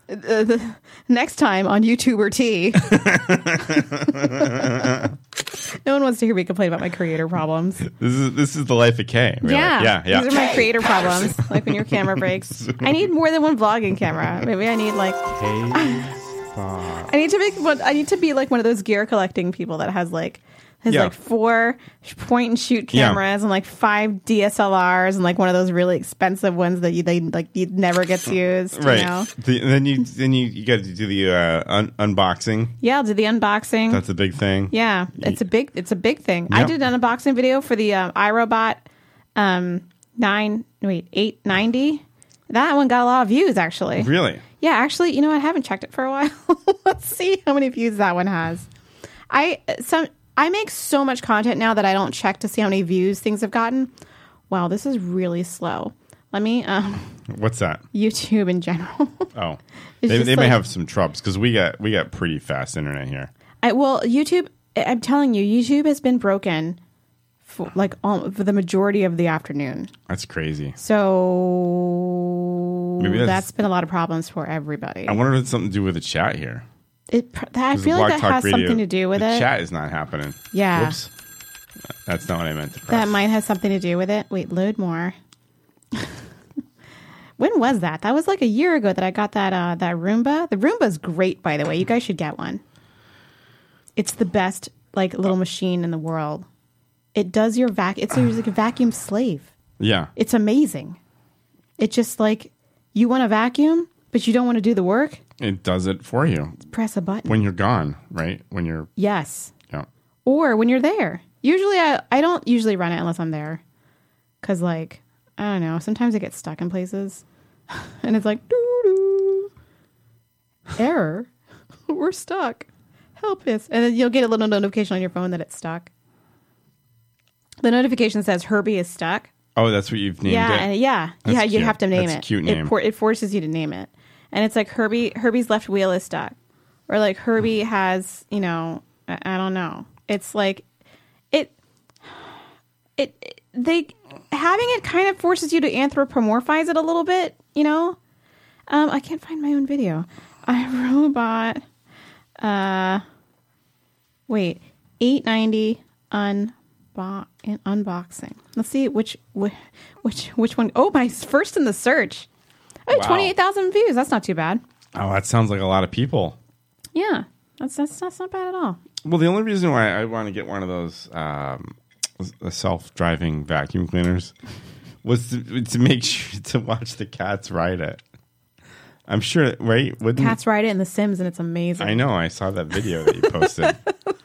Speaker 1: Uh, the- next time on YouTuber T, no one wants to hear me complain about my creator problems.
Speaker 2: This is this is the life of K. really.
Speaker 1: Yeah.
Speaker 2: yeah, yeah.
Speaker 1: These are my creator problems, like when your camera breaks. I need more than one vlogging camera. Maybe I need like I need to make one. I need to be like one of those gear collecting people that has like has
Speaker 2: Yeah.
Speaker 1: like four point and shoot
Speaker 2: Yeah.
Speaker 1: cameras and like five DSLRs and like one of those really expensive ones that you they like you never gets used.
Speaker 2: right.
Speaker 1: You know?
Speaker 2: The- then you then you, you got to do the uh, un- unboxing.
Speaker 1: Yeah, I'll do the unboxing.
Speaker 2: That's a big thing.
Speaker 1: Mm-hmm. Yeah, it's a big it's a big thing. I
Speaker 2: Yeah.
Speaker 1: did an unboxing video for the um, iRobot um, nine wait eight ninety. That one got a lot of views actually.
Speaker 2: Really?
Speaker 1: Yeah, actually, you know, I haven't checked it for a while. Let's see how many views that one has. I some I make so much content now that I don't check to see how many views things have gotten. Wow, this is really slow. Let me um,
Speaker 2: What's that?
Speaker 1: YouTube in general.
Speaker 2: Oh,
Speaker 1: It's
Speaker 2: they,
Speaker 1: just
Speaker 2: they may
Speaker 1: like-
Speaker 2: have some troubles because we got we got pretty fast internet here.
Speaker 1: I well, YouTube. I- I'm telling you, YouTube has been broken for like all, for the majority of the afternoon.
Speaker 2: That's crazy.
Speaker 1: So
Speaker 2: Maybe that's-
Speaker 1: that's been a lot of problems for everybody.
Speaker 2: I wonder if it's something to do with the chat here.
Speaker 1: It, pr- that, I
Speaker 2: This is
Speaker 1: feel
Speaker 2: Blog
Speaker 1: like that
Speaker 2: Talk
Speaker 1: has
Speaker 2: Radio.
Speaker 1: something to do with
Speaker 2: the
Speaker 1: it.
Speaker 2: Chat is not happening.
Speaker 1: Yeah.
Speaker 2: Whoops. That's not what I meant to press.
Speaker 1: That might have something to do with it. Wait, load more. when was that? That was like a year ago that I got that uh, that Roomba. The Roomba's great, by the way. You guys should get one. It's the best like little machine in the world. It does your vac. It's like a vacuum slave.
Speaker 2: yeah.
Speaker 1: It's amazing. It's just like you want to vacuum, but you don't want to do the work.
Speaker 2: It does it for you
Speaker 1: Press a button.
Speaker 2: when you're gone, right? When you're
Speaker 1: yes.
Speaker 2: yeah.
Speaker 1: or when you're there. Usually, I, I don't usually run it unless I'm there. Cause like I don't know, sometimes I get stuck in places, and it's like doo-doo. error, we're stuck, help us, and then you'll get a little notification on your phone that it's stuck. The notification says Herbie is stuck.
Speaker 2: Oh, that's what you've named
Speaker 1: yeah,
Speaker 2: it.
Speaker 1: and- yeah,
Speaker 2: That's
Speaker 1: yeah. You'd
Speaker 2: cute.
Speaker 1: have to name
Speaker 2: That's a
Speaker 1: it.
Speaker 2: cute name.
Speaker 1: It, for- it forces you to name it, and it's like Herbie. Herbie's left wheel is stuck, or like Herbie
Speaker 2: Hmm.
Speaker 1: has. You know, I, I don't know. It's like it. It it- they having it kind of forces you to anthropomorphize it a little bit. You know, um, I can't find my own video. I robot. Uh, wait, eight ninety unbo- in unboxing. Let's see which whi- which which one oh my first in the search. Oh,
Speaker 2: Wow.
Speaker 1: twenty eight thousand views. That's not too bad.
Speaker 2: Oh, that sounds like a lot of people.
Speaker 1: Yeah, that's that's, that's not bad at all.
Speaker 2: Well, the only reason why I want to get one of those um, self driving vacuum cleaners was to, to make sure to watch the cats ride it. I'm sure, right? Wouldn't
Speaker 1: Cats ride it in The Sims, and it's amazing.
Speaker 2: I know. I saw that video that you posted.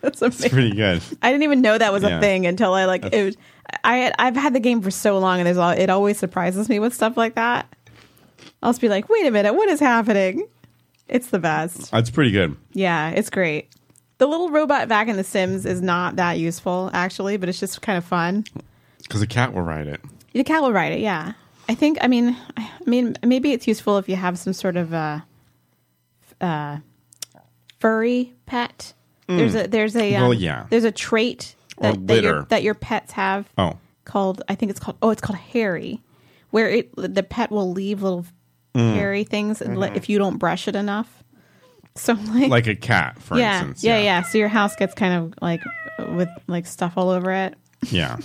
Speaker 1: That's
Speaker 2: it's
Speaker 1: amazing.
Speaker 2: pretty good.
Speaker 1: I didn't even know that was
Speaker 2: Yeah.
Speaker 1: a thing until I like it. Was, I had, I've had the game for so long, and there's all it always surprises me with stuff like that. I'll just be like, wait a minute, what is happening? It's the best.
Speaker 2: That's pretty good.
Speaker 1: Yeah, it's great. The little robot back in The Sims is not that useful actually, but it's just kind of fun.
Speaker 2: Because a cat will ride it.
Speaker 1: The cat will ride it. Yeah, I think. I mean, I I mean, maybe it's useful if you have some sort of uh, f- uh, furry pet.
Speaker 2: Mm.
Speaker 1: There's a there's a um,
Speaker 2: Well, yeah.
Speaker 1: there's a trait
Speaker 2: Or
Speaker 1: that, that your
Speaker 2: litter.
Speaker 1: that your pets have
Speaker 2: Oh.
Speaker 1: called I think it's called oh it's called hairy, where it the pet will leave little
Speaker 2: Mm.
Speaker 1: hairy things and let- if you don't brush it enough. So like
Speaker 2: Like a cat, for
Speaker 1: yeah,
Speaker 2: instance.
Speaker 1: yeah, yeah, So your house gets kind of like with like stuff all over it.
Speaker 2: Yeah.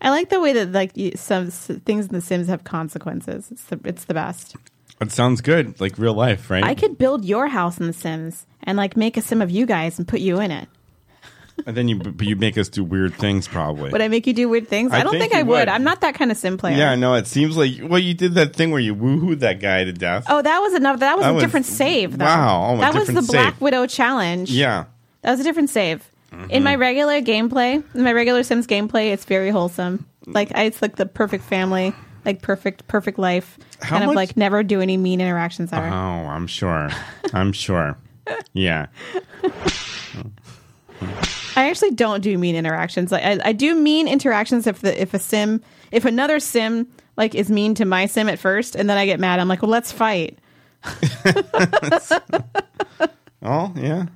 Speaker 1: I like the way that like you, some s- things in The Sims have consequences. It's the it's the best.
Speaker 2: It sounds good. Like real life, right?
Speaker 1: I could build your house in The Sims and like make a sim of you guys and put you in it.
Speaker 2: And then you but you make us do weird things, probably.
Speaker 1: Would I make you do weird things?
Speaker 2: I
Speaker 1: I, don't
Speaker 2: think
Speaker 1: think,
Speaker 2: you
Speaker 1: I would.
Speaker 2: would.
Speaker 1: I'm not that kind of sim player.
Speaker 2: yeah, I know. It seems like well, you did that thing where you woohooed that guy to death.
Speaker 1: Oh, that was another. That was
Speaker 2: That
Speaker 1: a
Speaker 2: was-
Speaker 1: different save. Though.
Speaker 2: wow, oh, a
Speaker 1: that was
Speaker 2: different
Speaker 1: the Black
Speaker 2: save.
Speaker 1: Widow challenge.
Speaker 2: Yeah. Mm-hmm.
Speaker 1: that was a different save. In my regular gameplay, in my regular Sims gameplay, it's very wholesome. Like I, it's like the perfect family, like perfect perfect life.
Speaker 2: How
Speaker 1: kind
Speaker 2: much-
Speaker 1: of like never do any mean interactions
Speaker 2: Oh,
Speaker 1: ever.
Speaker 2: I'm sure. I'm sure. Yeah.
Speaker 1: I actually don't do mean interactions. Like I, I do mean interactions if the if a sim if another sim like is mean to my sim at first, and then I get mad. I'm like, well, let's fight.
Speaker 2: Oh, yeah.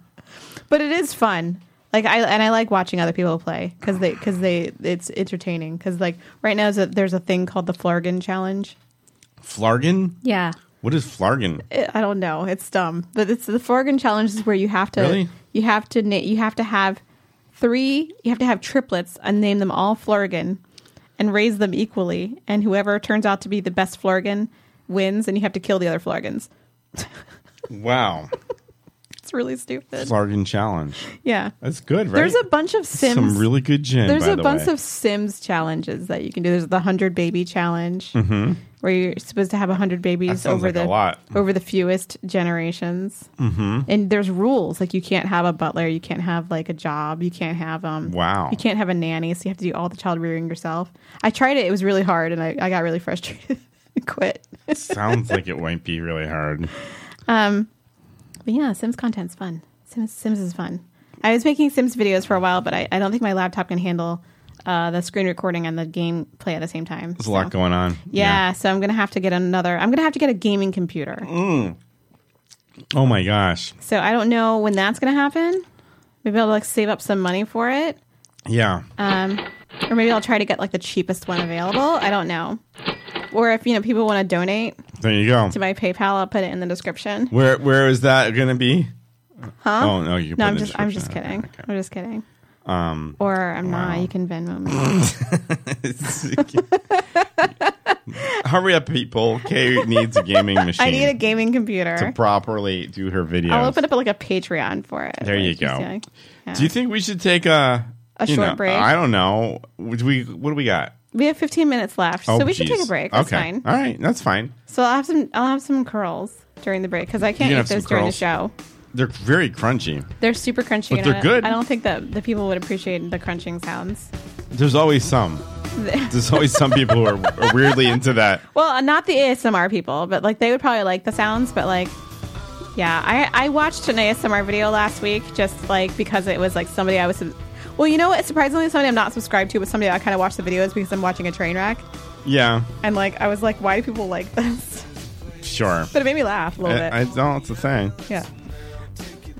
Speaker 1: But it is fun. Like I and I like watching other people play because they because they it's entertaining. Because like right now there's a, there's a thing called the Flargon challenge.
Speaker 2: Flargon?
Speaker 1: Yeah,
Speaker 2: What is Flargon?
Speaker 1: I I don't know. It's dumb, but it's the Flargon challenge is where you have to
Speaker 2: Really?
Speaker 1: you have to na- you have to have three you have to have triplets and name them all Flargon and raise them equally, and whoever turns out to be the best Flargon wins, and you have to kill the other Flargons.
Speaker 2: Wow.
Speaker 1: It's really stupid.
Speaker 2: Flargon challenge.
Speaker 1: yeah.
Speaker 2: That's good, right?
Speaker 1: There's a bunch of Sims.
Speaker 2: Some really good gin.
Speaker 1: There's
Speaker 2: by
Speaker 1: a
Speaker 2: the
Speaker 1: bunch
Speaker 2: way.
Speaker 1: of Sims challenges that you can do. There's the hundred baby challenge,
Speaker 2: Mhm.
Speaker 1: where you're supposed to have hundred
Speaker 2: That
Speaker 1: babies
Speaker 2: sounds
Speaker 1: over
Speaker 2: like
Speaker 1: the
Speaker 2: a lot.
Speaker 1: over the fewest generations.
Speaker 2: Mhm.
Speaker 1: And there's rules like you can't have a butler, you can't have like a job, you can't have um
Speaker 2: Wow.
Speaker 1: you can't have a nanny, so you have to do all the child rearing yourself. I tried it; it was really hard, and I, I got really frustrated and quit.
Speaker 2: Sounds like it might be really hard.
Speaker 1: Um, but yeah, Sims content's fun. Sims Sims is fun. I was making Sims videos for a while, but I, I don't think my laptop can handle uh, the screen recording and the game play at the same time.
Speaker 2: There's a lot
Speaker 1: so-
Speaker 2: going on.
Speaker 1: Yeah, so I'm gonna have to get another. I'm gonna have to get a gaming computer.
Speaker 2: Mm. Oh my gosh.
Speaker 1: So I don't know when that's gonna happen. Maybe I'll like save up some money for it,
Speaker 2: Yeah.
Speaker 1: um, or maybe I'll try to get like the cheapest one available. I don't know. Or if you know people want to donate
Speaker 2: There you go.
Speaker 1: to my PayPal, I'll put it in the description.
Speaker 2: Where where is that going to be?
Speaker 1: Huh?
Speaker 2: Oh, no, you can
Speaker 1: No,
Speaker 2: put
Speaker 1: I'm
Speaker 2: an
Speaker 1: just I'm just
Speaker 2: description.
Speaker 1: kidding. I'm just kidding.
Speaker 2: Um,
Speaker 1: Or I'm not.
Speaker 2: wow.
Speaker 1: You can Venmo me.
Speaker 2: Hurry up, people. Kay needs a gaming machine.
Speaker 1: I need a gaming
Speaker 2: to
Speaker 1: computer.
Speaker 2: properly do her videos.
Speaker 1: I'll open up like a Patreon for it.
Speaker 2: There you
Speaker 1: Like, just
Speaker 2: go.
Speaker 1: like- yeah.
Speaker 2: Do you think we should take a
Speaker 1: A
Speaker 2: you
Speaker 1: short
Speaker 2: know,
Speaker 1: break?
Speaker 2: I don't know. Would we what do we got?
Speaker 1: we have 15 minutes left, so we should
Speaker 2: geez.
Speaker 1: take a break. That's
Speaker 2: Oh, okay.
Speaker 1: fine.
Speaker 2: All right, that's fine.
Speaker 1: So I'll have some I'll have some curls during the break because I can't eat
Speaker 2: You can have some
Speaker 1: those during the
Speaker 2: curls.
Speaker 1: show.
Speaker 2: They're very crunchy.
Speaker 1: They're super crunchy.
Speaker 2: But
Speaker 1: and
Speaker 2: they're
Speaker 1: I-
Speaker 2: good.
Speaker 1: I don't think that the people would appreciate the crunching sounds.
Speaker 2: There's always some. There's always some people who are, are weirdly into that.
Speaker 1: Well, uh, not the ASMR people, but like they would probably like the sounds, but like yeah, I I watched an ASMR video last week just like because it was like somebody I was sub- Well, you know what? Surprisingly somebody I'm not subscribed to, but somebody I kind of watch the videos because I'm watching a train wreck.
Speaker 2: Yeah,
Speaker 1: And like I was like, why do people like this?
Speaker 2: sure.
Speaker 1: But it made me laugh a little bit.
Speaker 2: I, I don't. It's a thing.
Speaker 1: yeah.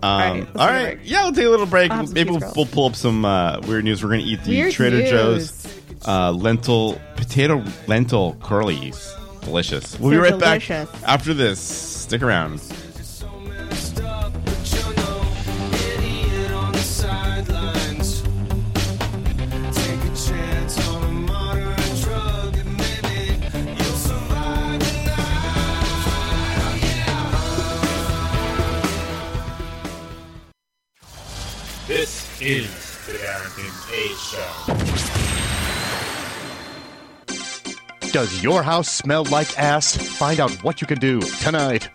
Speaker 2: Um, all
Speaker 1: right, let's take
Speaker 2: right.
Speaker 1: a break.
Speaker 2: Yeah, we'll take a little break.
Speaker 1: I'll have some
Speaker 2: Maybe we'll,
Speaker 1: cheese
Speaker 2: we'll pull up some uh, weird news. We're going to eat the
Speaker 1: Weird
Speaker 2: Trader
Speaker 1: news.
Speaker 2: Joe's uh, lentil potato lentil curlies. Delicious. We'll
Speaker 1: They're
Speaker 2: be right
Speaker 1: delicious.
Speaker 2: back after this. Stick around.
Speaker 10: This is the Darrington K Show.
Speaker 11: Does your house smell like ass? Find out what you can do tonight.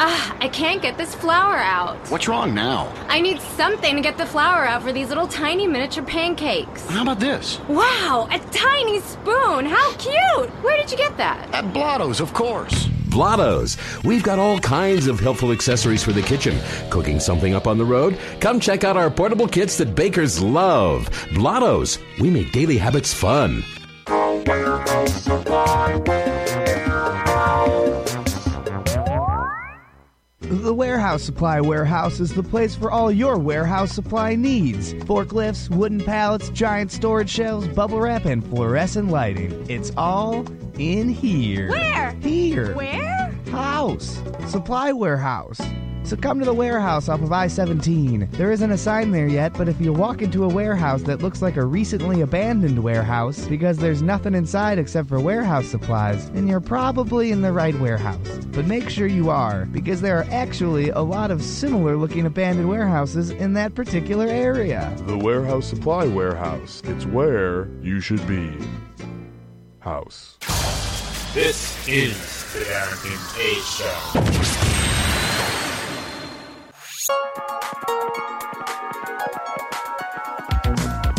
Speaker 12: Ah, I can't get this flour out.
Speaker 11: What's wrong now?
Speaker 12: I need something to get the flour out for these little tiny miniature pancakes.
Speaker 11: How about this?
Speaker 12: Wow, a tiny spoon! How cute! Where did you get that?
Speaker 11: At Blotto's, of course.
Speaker 13: Blotto's. We've got all kinds of helpful accessories for the kitchen. Cooking something up on the road? Come check out our portable kits that bakers love. Blotto's. We make daily habits fun.
Speaker 14: The Warehouse Supply Warehouse is the place for all your warehouse supply needs. Forklifts, wooden pallets, giant storage shelves, bubble wrap, and fluorescent lighting. It's all in here.
Speaker 5: Where?
Speaker 14: Here.
Speaker 5: Where?
Speaker 14: House. Supply Warehouse. So come to the warehouse off of I 17. There isn't a sign there yet, but if you walk into a warehouse that looks like a recently abandoned warehouse because there's nothing inside except for warehouse supplies, then you're probably in the right warehouse. But make sure you are, because there are actually a lot of similar looking abandoned warehouses in that particular area.
Speaker 15: The Warehouse Supply Warehouse. It's where you should be. House.
Speaker 10: This is the Darrington K Show.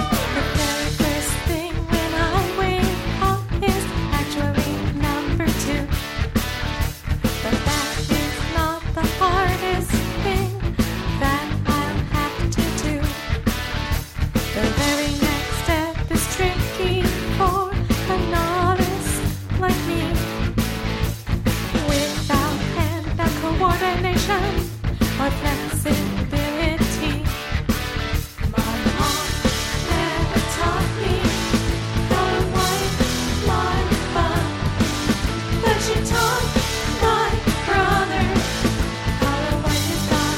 Speaker 16: First thing when I wake up is actually number two. But that is not the hardest thing that I'll have to do. The very next step is tricky for a novice like me. Without hand-eye coordination or flexibility, my mom never taught me the white Martha, but she taught my brother how to wipe his bum.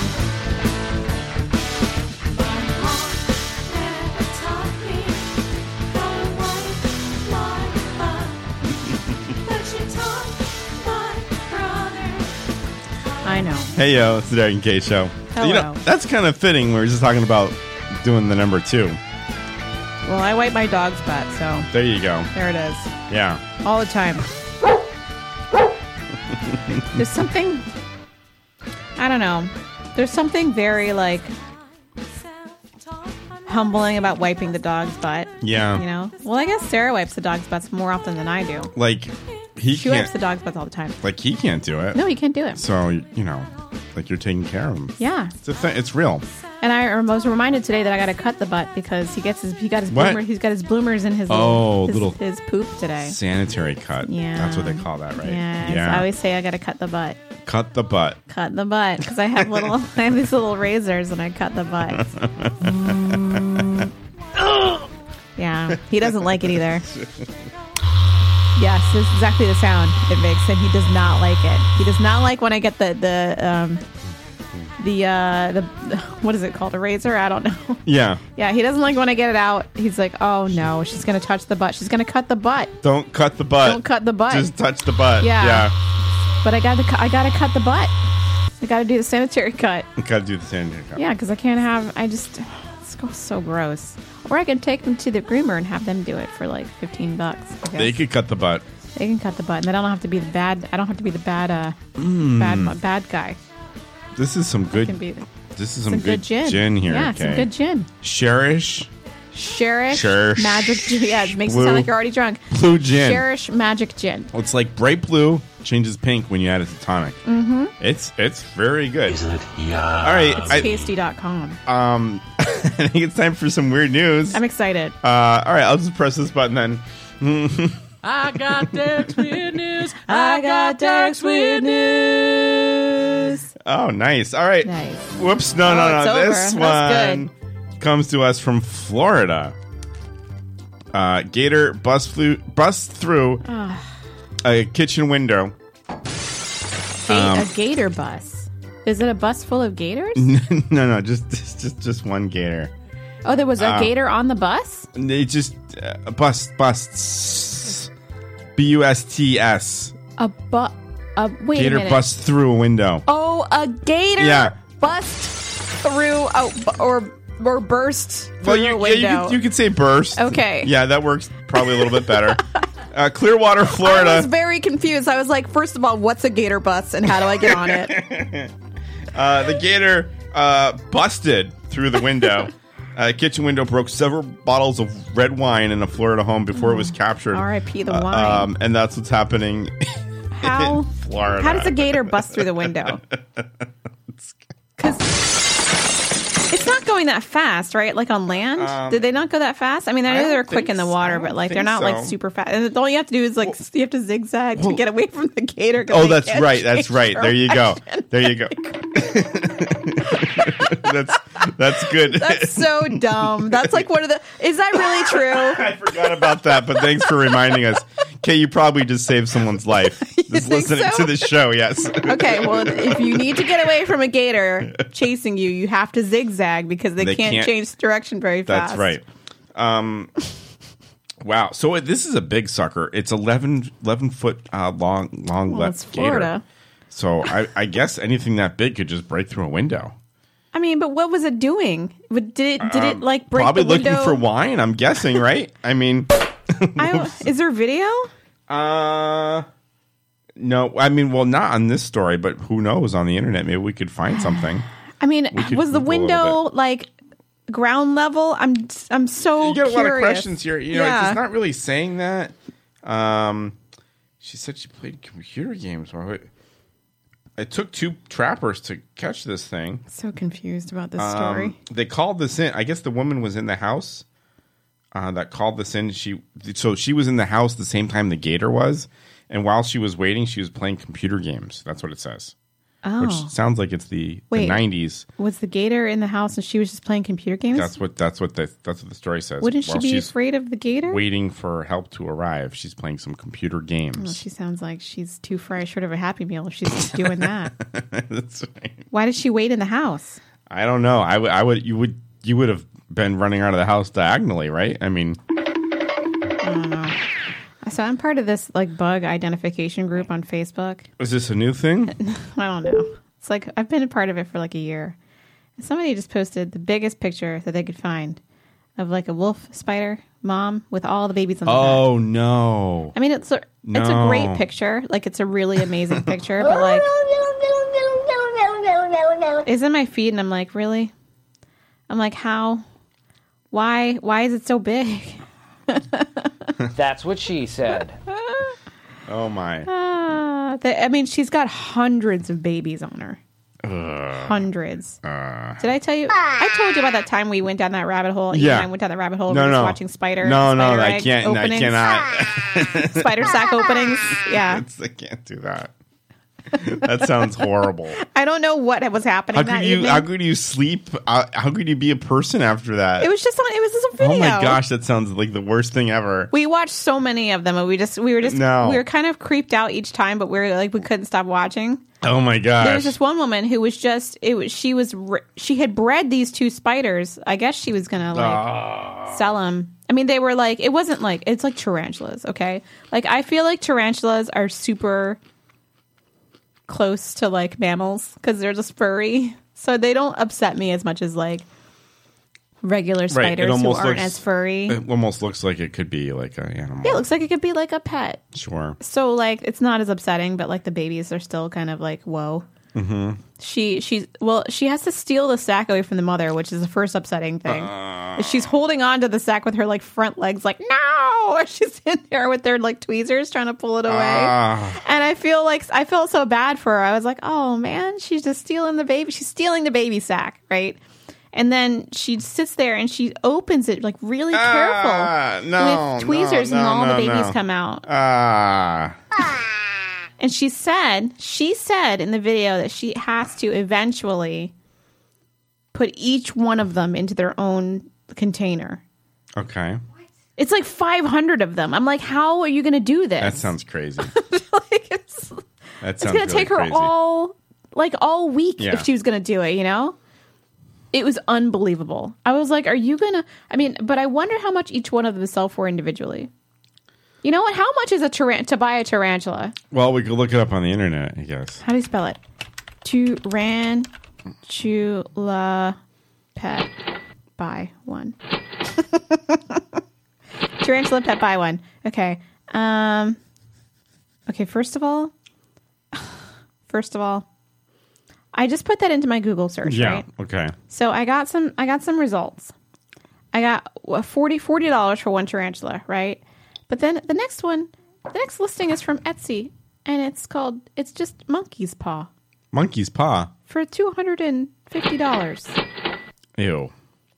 Speaker 16: My mom never taught me the white Martha, but she taught my brother.
Speaker 1: I know.
Speaker 2: Hey yo, it's the Derek and K Show. You know
Speaker 1: Hello.
Speaker 2: that's kind of fitting. We were just talking about doing the number two.
Speaker 1: Well, I wipe my dog's butt, so
Speaker 2: There you go.
Speaker 1: there it is.
Speaker 2: Yeah.
Speaker 1: All the time. There's something I don't know. There's something very like humbling about wiping the dog's butt.
Speaker 2: Yeah.
Speaker 1: You know? Well, I guess Sarah wipes the dog's butts more often than I do.
Speaker 2: like He
Speaker 1: she
Speaker 2: can't-
Speaker 1: wipes the dog's butts all the time.
Speaker 2: Like he can't do it.
Speaker 1: No, he can't do it.
Speaker 2: So you know, like you're taking care of him.
Speaker 1: Yeah.
Speaker 2: It's a thing. It's real.
Speaker 1: And I rem- was reminded today that I got to cut the butt because he gets his he got his
Speaker 2: What?
Speaker 1: bloomer, he's got his bloomers in his
Speaker 2: Oh,
Speaker 1: his,
Speaker 2: little-
Speaker 1: his poop today.
Speaker 2: Sanitary cut.
Speaker 1: Yeah.
Speaker 2: That's what they call that, right?
Speaker 1: Yes, I always say I got to cut the butt,
Speaker 2: Cut the butt.
Speaker 1: cut the butt because I have little I have these little razors and I cut the butt. Yeah, he doesn't like it either. Yes, this is exactly the sound it makes, and he does not like it. He does not like when I get the the um, the uh, the what is it called a razor? I don't know.
Speaker 2: yeah.
Speaker 1: Yeah, he doesn't like when I get it out. He's like, "Oh no, she's gonna touch the butt. She's gonna cut the butt."
Speaker 2: Don't cut the butt.
Speaker 1: Don't cut the butt.
Speaker 2: Just touch the butt.
Speaker 1: Yeah.
Speaker 2: Yeah.
Speaker 1: But I got to, cu- I got to cut the butt. I got to do the sanitary cut.
Speaker 2: Gotta do the sanitary cut.
Speaker 1: Yeah, because I can't have. I just it's go- so gross. Or I can take them to the groomer and have them do it for like fifteen bucks. I guess.
Speaker 2: They could cut the butt.
Speaker 1: They can cut the butt, and then I don't have to be the bad. I don't have to be the bad uh
Speaker 2: Mm.
Speaker 1: bad uh, bad guy.
Speaker 2: This is some good.
Speaker 1: can be-
Speaker 2: this is some, good, gin. here.
Speaker 1: Yeah,
Speaker 2: okay.
Speaker 1: some good gin.
Speaker 2: Sherish.
Speaker 1: Sherish
Speaker 2: Sure.
Speaker 1: magic. Gin. Yeah, it makes it
Speaker 2: Blue-
Speaker 1: sound like you're already drunk.
Speaker 2: blue gin.
Speaker 1: Sherish magic gin.
Speaker 2: It's like bright blue changes pink when you add it to tonic.
Speaker 1: Mm-hmm.
Speaker 2: It's it's very good. Isn't it? Yeah. All right.
Speaker 1: It's
Speaker 2: I,
Speaker 1: tasty.com.
Speaker 2: um, I think it's time for some weird news.
Speaker 1: I'm excited.
Speaker 2: Uh, all right, I'll just press this button then.
Speaker 17: I got Derek's weird news. I got Derek's weird news.
Speaker 2: Oh, nice. All right. Whoops. No,
Speaker 17: Oh,
Speaker 2: no,
Speaker 17: it's
Speaker 2: no.
Speaker 17: over.
Speaker 2: This
Speaker 17: That
Speaker 2: one comes to us from Florida. Uh, gator bust flew bust through
Speaker 1: Ugh.
Speaker 2: a kitchen window.
Speaker 1: Ga-
Speaker 2: Um,
Speaker 1: a gator bus. Is it a bus full of gators?
Speaker 2: no, no, just just just- just one gator.
Speaker 1: Oh, there was a
Speaker 2: Uh,
Speaker 1: gator on the bus.
Speaker 2: They just uh, bust busts. B u s t s.
Speaker 1: A bu- a wait a
Speaker 2: Gator
Speaker 1: minute.
Speaker 2: bust through a window.
Speaker 1: Oh, a gator
Speaker 2: Yeah.
Speaker 1: bust through oh, bu- or or burst through
Speaker 2: Well,
Speaker 1: a
Speaker 2: you,
Speaker 1: window.
Speaker 2: yeah, you, could, you could say burst.
Speaker 1: Okay.
Speaker 2: Yeah, that works probably a little bit better. uh, Clearwater,
Speaker 1: I
Speaker 2: Florida.
Speaker 1: was very confused. I was like, first of all, what's a gator bus and how do I get on it?
Speaker 2: Uh, the gator uh, busted through the window. uh, kitchen window broke several bottles of red wine in a Florida home before it
Speaker 1: Oh,
Speaker 2: was captured.
Speaker 1: R.I.P. the
Speaker 2: Uh,
Speaker 1: wine.
Speaker 2: um, and that's what's happening
Speaker 1: how
Speaker 2: in Florida.
Speaker 1: how does a gator bust through the window? Because it's not going that fast, right? Like on land,
Speaker 2: Um,
Speaker 1: did they not go that fast? I mean, I
Speaker 2: I
Speaker 1: know they're
Speaker 2: don't
Speaker 1: quick
Speaker 2: think
Speaker 1: in the
Speaker 2: so. I
Speaker 1: water,
Speaker 2: don't
Speaker 1: but like they're
Speaker 2: think
Speaker 1: not like
Speaker 2: so.
Speaker 1: super fast. And all you have to do is like s- you have to zigzag to get away from the gator. 'cause
Speaker 2: Oh,
Speaker 1: they
Speaker 2: that's
Speaker 1: can't
Speaker 2: right. That's
Speaker 1: change
Speaker 2: right. There you go.
Speaker 1: direction.
Speaker 2: There you go. that's that's good.
Speaker 1: That's so dumb. That's like one of the. Is that really true?
Speaker 2: I forgot about that, but thanks for reminding us. Kay, you probably just saved someone's life. Just listening to the show, yes.
Speaker 1: Okay, well, if you need to get away from a gator chasing you, you have to zigzag because they,
Speaker 2: They
Speaker 1: can't,
Speaker 2: can't-
Speaker 1: change direction very
Speaker 2: That's
Speaker 1: fast.
Speaker 2: right. Um, wow. So it- this is a big sucker. It's 11, 11 foot uh, long, long
Speaker 1: Well,
Speaker 2: left
Speaker 1: it's Florida.
Speaker 2: gator. So I, I guess anything that big could just break through a window.
Speaker 1: I mean, but what was it doing? Would- Did it, did it like break
Speaker 2: Um, Probably
Speaker 1: the window?
Speaker 2: looking for wine. I'm guessing, right? I mean,
Speaker 1: I don't- is there video?
Speaker 2: uh, no. I mean, well, not on this story, but who knows? On the internet, maybe we could find something.
Speaker 1: I mean,
Speaker 2: We could
Speaker 1: was the
Speaker 2: Google a little
Speaker 1: window like ground level? I'm I'm so
Speaker 2: you get a lot of
Speaker 1: curious.
Speaker 2: questions here. You know,
Speaker 1: Yeah.
Speaker 2: it's not really saying that. Um, she said she played computer games. Why would- It took two trappers to catch this thing.
Speaker 1: so confused about this
Speaker 2: Um,
Speaker 1: story.
Speaker 2: they called this in. I guess the woman was in the house uh, that called this in. She so she was in the house the same time the gator was, and while she was waiting, she was playing computer games. That's what it says.
Speaker 1: Oh.
Speaker 2: Which sounds like it's the
Speaker 1: Wait.
Speaker 2: nineties.
Speaker 1: Was the gator in the house and she was just playing computer games?
Speaker 2: That's what that's what the, that's what the story says.
Speaker 1: Wouldn't she
Speaker 2: While
Speaker 1: be
Speaker 2: she's-
Speaker 1: afraid of the gator?
Speaker 2: waiting for help to arrive. She's playing some computer
Speaker 1: Well,
Speaker 2: games.
Speaker 1: Oh, she sounds like she's too far short of a happy meal if she's just doing that.
Speaker 2: That's right.
Speaker 1: Why did she wait in the house?
Speaker 2: I don't know. I would. I would. You would. You would have been running out of the house diagonally, right? I mean,
Speaker 1: So I'm part of this like bug identification group on Facebook.
Speaker 2: is this a new thing?
Speaker 1: I don't know. It's like I've been a part of it for like a year. Somebody just posted the biggest picture that they could find of like a wolf spider mom with all the babies on the back.
Speaker 2: oh no!
Speaker 1: I mean, it's a, it's a
Speaker 2: No.
Speaker 1: great picture. Like it's a really amazing picture, but like it's in my feed, and I'm like, really? I'm like, how? Why? Why is it so big?
Speaker 9: That's what she said.
Speaker 2: Oh my.
Speaker 1: Ah, the- I mean, she's got hundreds of babies on her.
Speaker 2: Ugh.
Speaker 1: Hundreds.
Speaker 2: Uh,
Speaker 1: Did I tell you? I told you about that time we went down that rabbit hole. Ian
Speaker 2: Yeah.
Speaker 1: and I went down that rabbit hole.
Speaker 2: no,
Speaker 1: we were
Speaker 2: no.
Speaker 1: watching spider.
Speaker 2: No, no,
Speaker 1: spider
Speaker 2: I
Speaker 1: egg
Speaker 2: can't. I
Speaker 1: openings,
Speaker 2: cannot.
Speaker 1: Spider sack openings. Yeah.
Speaker 2: It's- I can't do that. That sounds horrible.
Speaker 1: I don't know what was happening
Speaker 2: How
Speaker 1: that
Speaker 2: could you?
Speaker 1: evening.
Speaker 2: How could you sleep? How, how could you be a person after that?
Speaker 1: it was just on. It was just a video.
Speaker 2: oh my gosh, that sounds like the worst thing ever.
Speaker 1: We watched so many of them, and we just we were just
Speaker 2: No.
Speaker 1: we were kind of creeped out each time, but we were like we couldn't stop watching.
Speaker 2: oh my gosh.
Speaker 1: There was this one woman who was just it was she was re- she had bred these two spiders. I guess she was gonna like sell 'em. sell them. I mean, they were like it wasn't like it's like tarantulas. Okay, like I feel like tarantulas are super close to like mammals because they're just furry, so they don't upset me as much as like regular spiders who aren't as furry.
Speaker 2: It almost looks like it could be like an animal.
Speaker 1: yeah, it looks like it could be like a pet.
Speaker 2: Sure.
Speaker 1: So like it's not as upsetting, but like the babies are still kind of like whoa.
Speaker 2: Mm-hmm.
Speaker 1: She she's well, she has to steal the sack away from the mother, which is the first upsetting thing.
Speaker 2: Uh.
Speaker 1: she's holding on to the sack with her like front legs, like no. She's in there with their like tweezers trying to pull it away,
Speaker 2: Ah.
Speaker 1: and I feel like I felt so bad for her. I was like, oh man, she's just stealing the baby. She's stealing the baby sack, right? And then she sits there and she opens it like really
Speaker 2: Ah,
Speaker 1: careful
Speaker 2: no,
Speaker 1: with tweezers,
Speaker 2: no,
Speaker 1: and all
Speaker 2: no,
Speaker 1: the babies
Speaker 2: no.
Speaker 1: come out.
Speaker 2: Ah.
Speaker 1: And she said, she said in the video that she has to eventually put each one of them into their own container.
Speaker 2: okay.
Speaker 1: It's like 500 of them. I'm like, how are you going to do this?
Speaker 2: That sounds crazy. that
Speaker 1: it's
Speaker 2: sounds
Speaker 1: going
Speaker 2: really
Speaker 1: to take her
Speaker 2: crazy.
Speaker 1: all like all week
Speaker 2: Yeah.
Speaker 1: if she was going to do it, you know? It was unbelievable. I was like, are you going to I mean, but I wonder how much each one of them sell for individually. You know what? How much is a taran- to buy a tarantula?
Speaker 2: Well, we could look it up on the internet, I guess.
Speaker 1: How do you spell it? Tarantula pet by one. Tarantula pet by one. Okay. Um, okay. First of all, first of all, I just put that into my Google search,
Speaker 2: yeah.
Speaker 1: right?
Speaker 2: Okay.
Speaker 1: So I got some. I got some results. I got what, 40 dollars for one tarantula, right? But then the next one, the next listing is from Etsy, and it's called. It's just monkey's paw
Speaker 2: Monkey's paw.
Speaker 1: for two hundred and fifty dollars.
Speaker 2: Ew.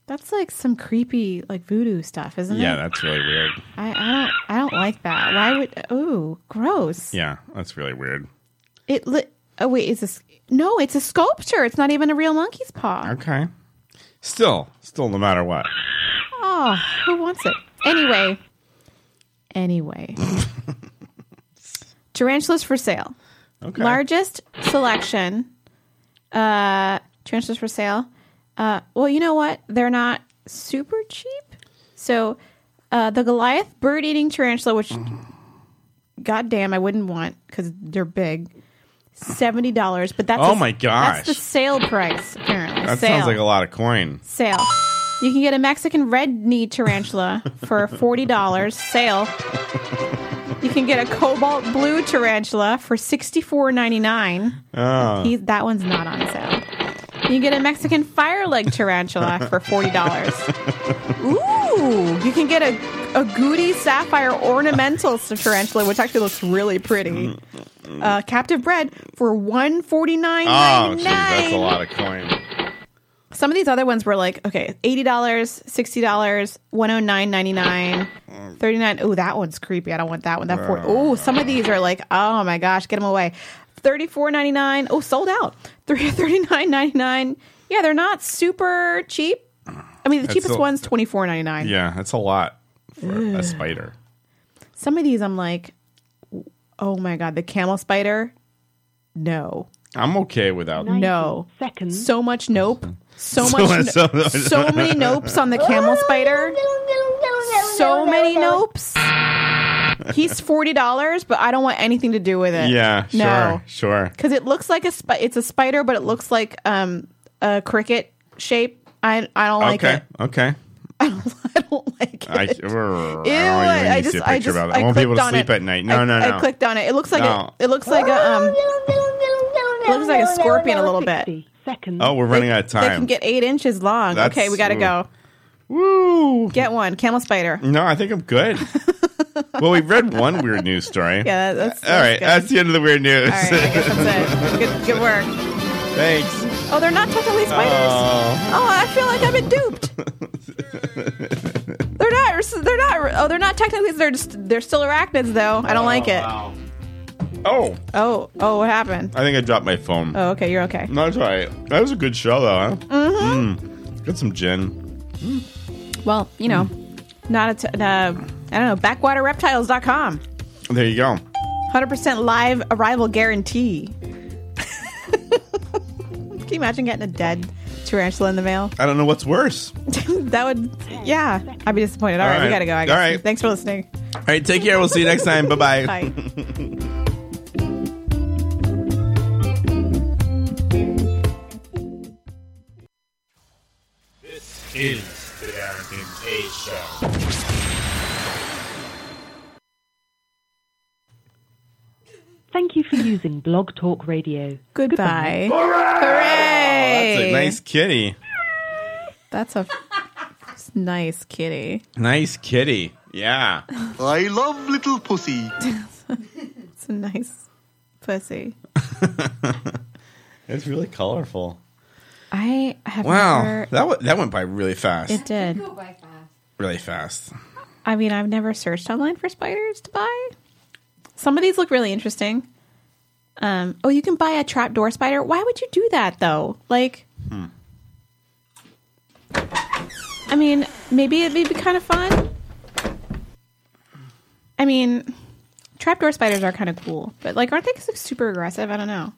Speaker 1: That's like some creepy like voodoo stuff, isn't
Speaker 2: Yeah,
Speaker 1: it?
Speaker 2: that's really weird.
Speaker 1: I, I don't. I don't like that. Why would? Ooh, gross.
Speaker 2: Yeah, that's really weird.
Speaker 1: It. Li- oh wait, is this? No, it's a sculpture. It's not even a real monkey's paw.
Speaker 2: Okay. Still, still, no matter what.
Speaker 1: Oh, who wants it? Anyway. Anyway. Tarantulas for sale.
Speaker 2: Okay.
Speaker 1: Largest selection. Uh tarantulas for sale. Uh well, you know what? They're not super cheap. So uh the Goliath bird eating tarantula, which
Speaker 2: Mm-hmm.
Speaker 1: goddamn I wouldn't want because they're big. Seventy dollars, but that's
Speaker 2: Oh
Speaker 1: a-
Speaker 2: my
Speaker 1: that's
Speaker 2: gosh.
Speaker 1: the sale price apparently.
Speaker 2: That
Speaker 1: sale
Speaker 2: sounds like a lot of coin.
Speaker 1: sale. You can get a Mexican red knee tarantula for forty dollars. Sale. You can get a cobalt blue tarantula for sixty four ninety nine.
Speaker 2: Oh.
Speaker 1: He that one's not on sale. You get a Mexican fire leg tarantula for forty dollars. Ooh! You can get a a Goody sapphire ornamental tarantula, which actually looks really pretty. Uh, captive bred for one forty nine
Speaker 2: oh,
Speaker 1: ninety
Speaker 2: geez,
Speaker 1: nine.
Speaker 2: that's a lot of coin.
Speaker 1: Some of these other ones were like, okay, eighty dollars, sixty dollars, one hundred nine ninety nine, thirty nine. Oh, that one's creepy. I don't want that one. That four. Oh, some of these are like, oh my gosh, get them away. Thirty four ninety nine. Oh, sold out. Three thirty nine ninety nine. Yeah, they're not super cheap. I mean, the
Speaker 2: That's
Speaker 1: cheapest
Speaker 2: a-
Speaker 1: one's twenty four ninety nine.
Speaker 2: Yeah, that's a lot for a
Speaker 1: Ugh.
Speaker 2: spider.
Speaker 1: Some of these, I'm like, oh my god, the camel spider. No,
Speaker 2: I'm okay without.
Speaker 1: no. So much nope. So
Speaker 2: So
Speaker 1: much.
Speaker 2: much-
Speaker 1: no-
Speaker 2: so-
Speaker 1: so many nopes on the camel spider. so many nopes. He's forty dollars, but I don't want anything to do with it.
Speaker 2: Yeah, sure,
Speaker 1: no,
Speaker 2: sure.
Speaker 1: because it looks like a spi- it's a spider, but it looks like um a cricket shape. I I don't like
Speaker 2: okay, Uh,
Speaker 1: it.
Speaker 2: okay. I don't, I like it. I, don't even need
Speaker 1: I
Speaker 2: to see a
Speaker 1: just
Speaker 2: picture
Speaker 1: I just
Speaker 2: about it. I, won't be
Speaker 1: clicked
Speaker 2: able to
Speaker 1: on
Speaker 2: sleep
Speaker 1: it.
Speaker 2: at night. No,
Speaker 1: I-
Speaker 2: no, no.
Speaker 1: I clicked on it. It looks like
Speaker 2: No.
Speaker 1: a, it looks like a um it looks like a scorpion a little bit.
Speaker 2: oh, we're running out of
Speaker 1: They can
Speaker 2: time.
Speaker 1: get eight inches long.
Speaker 2: That's-
Speaker 1: okay, we got to
Speaker 2: ooh.
Speaker 1: go.
Speaker 2: Woo!
Speaker 1: Get one camel spider.
Speaker 2: No, I think I'm good. well, we read one weird news story.
Speaker 1: Yeah, that's,
Speaker 2: All right, that's the end of the weird news.
Speaker 1: All right, I guess that's it. Good, good work.
Speaker 2: Thanks.
Speaker 1: Oh, they're not totally spiders.
Speaker 2: Oh.
Speaker 1: Oh, I feel like I've been duped. they're not. They're not. Oh, they're not technically. They're just. They're still arachnids, though. I don't like it.
Speaker 2: Oh,
Speaker 1: Oh, oh, what happened?
Speaker 2: I think I dropped my phone.
Speaker 1: Oh, okay, you're okay.
Speaker 2: No, That's all right. That was a good show, though. Huh?
Speaker 1: Mhm.
Speaker 2: Mm. Got some gin.
Speaker 1: Well, you know, not a. T- uh, I don't know. Backwaterreptiles.com.
Speaker 2: There you go.
Speaker 1: 100% live arrival guarantee. Can you imagine getting a dead tarantula in the mail?
Speaker 2: I don't know what's worse.
Speaker 1: that would, yeah, I'd be disappointed. All right,
Speaker 2: All
Speaker 1: we
Speaker 2: right.
Speaker 1: gotta go. I guess.
Speaker 2: All right.
Speaker 1: Thanks for listening.
Speaker 2: All right, take care. We'll see you next time. Bye-bye.
Speaker 1: Bye.
Speaker 10: is the Darrington A Show.
Speaker 18: Thank you for using Blog Talk Radio.
Speaker 1: Goodbye.
Speaker 2: That's a
Speaker 1: Hooray!
Speaker 2: nice kitty.
Speaker 1: That's a f- nice kitty.
Speaker 2: Nice kitty. Yeah. I love little pussy.
Speaker 1: It's a nice pussy.
Speaker 2: It's really colorful.
Speaker 1: I have
Speaker 2: Wow,
Speaker 1: never-
Speaker 2: that w- that went by really fast.
Speaker 1: It did.
Speaker 2: really fast.
Speaker 1: I mean, I've never searched online for spiders to buy. Some of these look really interesting. Um, oh, you can buy a trapdoor spider. Why would you do that though? Like,
Speaker 2: Hmm.
Speaker 1: I mean, maybe it'd be kind of fun. I mean, trapdoor spiders are kind of cool, but like, aren't they su- super aggressive? I don't know.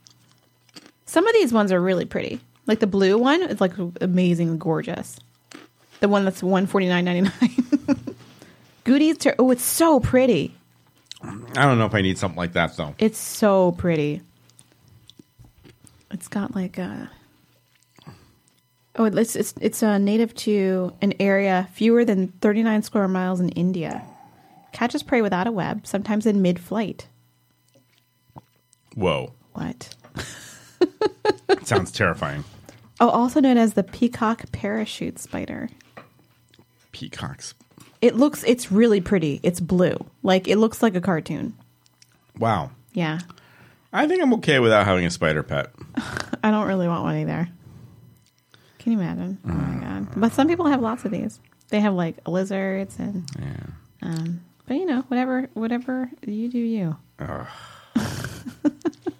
Speaker 1: Some of these ones are really pretty. Like the blue one is like amazing, gorgeous. The one that's one forty nine ninety nine. Goodies. Ter- oh, it's so pretty.
Speaker 2: I don't know if I need something like that though.
Speaker 1: It's so pretty. It's got like a oh, it's it's it's uh, native to an area fewer than thirty nine square miles in India. Catches prey without a web, sometimes in mid flight.
Speaker 2: Whoa.
Speaker 1: What?
Speaker 2: Sounds terrifying.
Speaker 1: Oh, also known as the peacock parachute spider.
Speaker 2: Peacocks.
Speaker 1: It looks it's really pretty. It's blue, like it looks like a cartoon.
Speaker 2: Wow.
Speaker 1: Yeah,
Speaker 2: I think I'm okay without having a spider pet.
Speaker 1: I don't really want one either. Can you imagine? Oh my god! But some people have lots of these. They have like lizards and. Um, but you know, whatever, whatever you do, you.
Speaker 2: Ugh.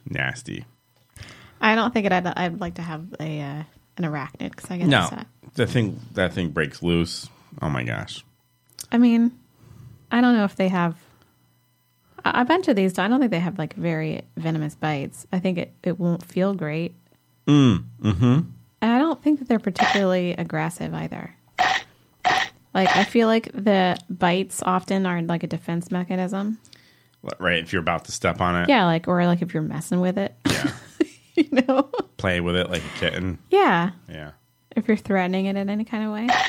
Speaker 2: Nasty.
Speaker 1: I don't think it. I'd, I'd like to have a uh, an arachnid because I get
Speaker 2: No.
Speaker 1: upset.
Speaker 2: That thing that thing breaks loose. Oh my gosh.
Speaker 1: I mean, I don't know if they have. I, I bunch of these. do. I don't think they have like very venomous bites. I think it, it won't feel great.
Speaker 2: Mm. Mm-hmm.
Speaker 1: And I don't think that they're particularly aggressive either. Like I feel like the bites often are like a defense mechanism.
Speaker 2: Right, if you're about to step on it.
Speaker 1: Yeah, like or like if you're messing with it.
Speaker 2: Play with it like a kitten.
Speaker 1: Yeah.
Speaker 2: Yeah.
Speaker 1: If you're threatening it in any kind of way.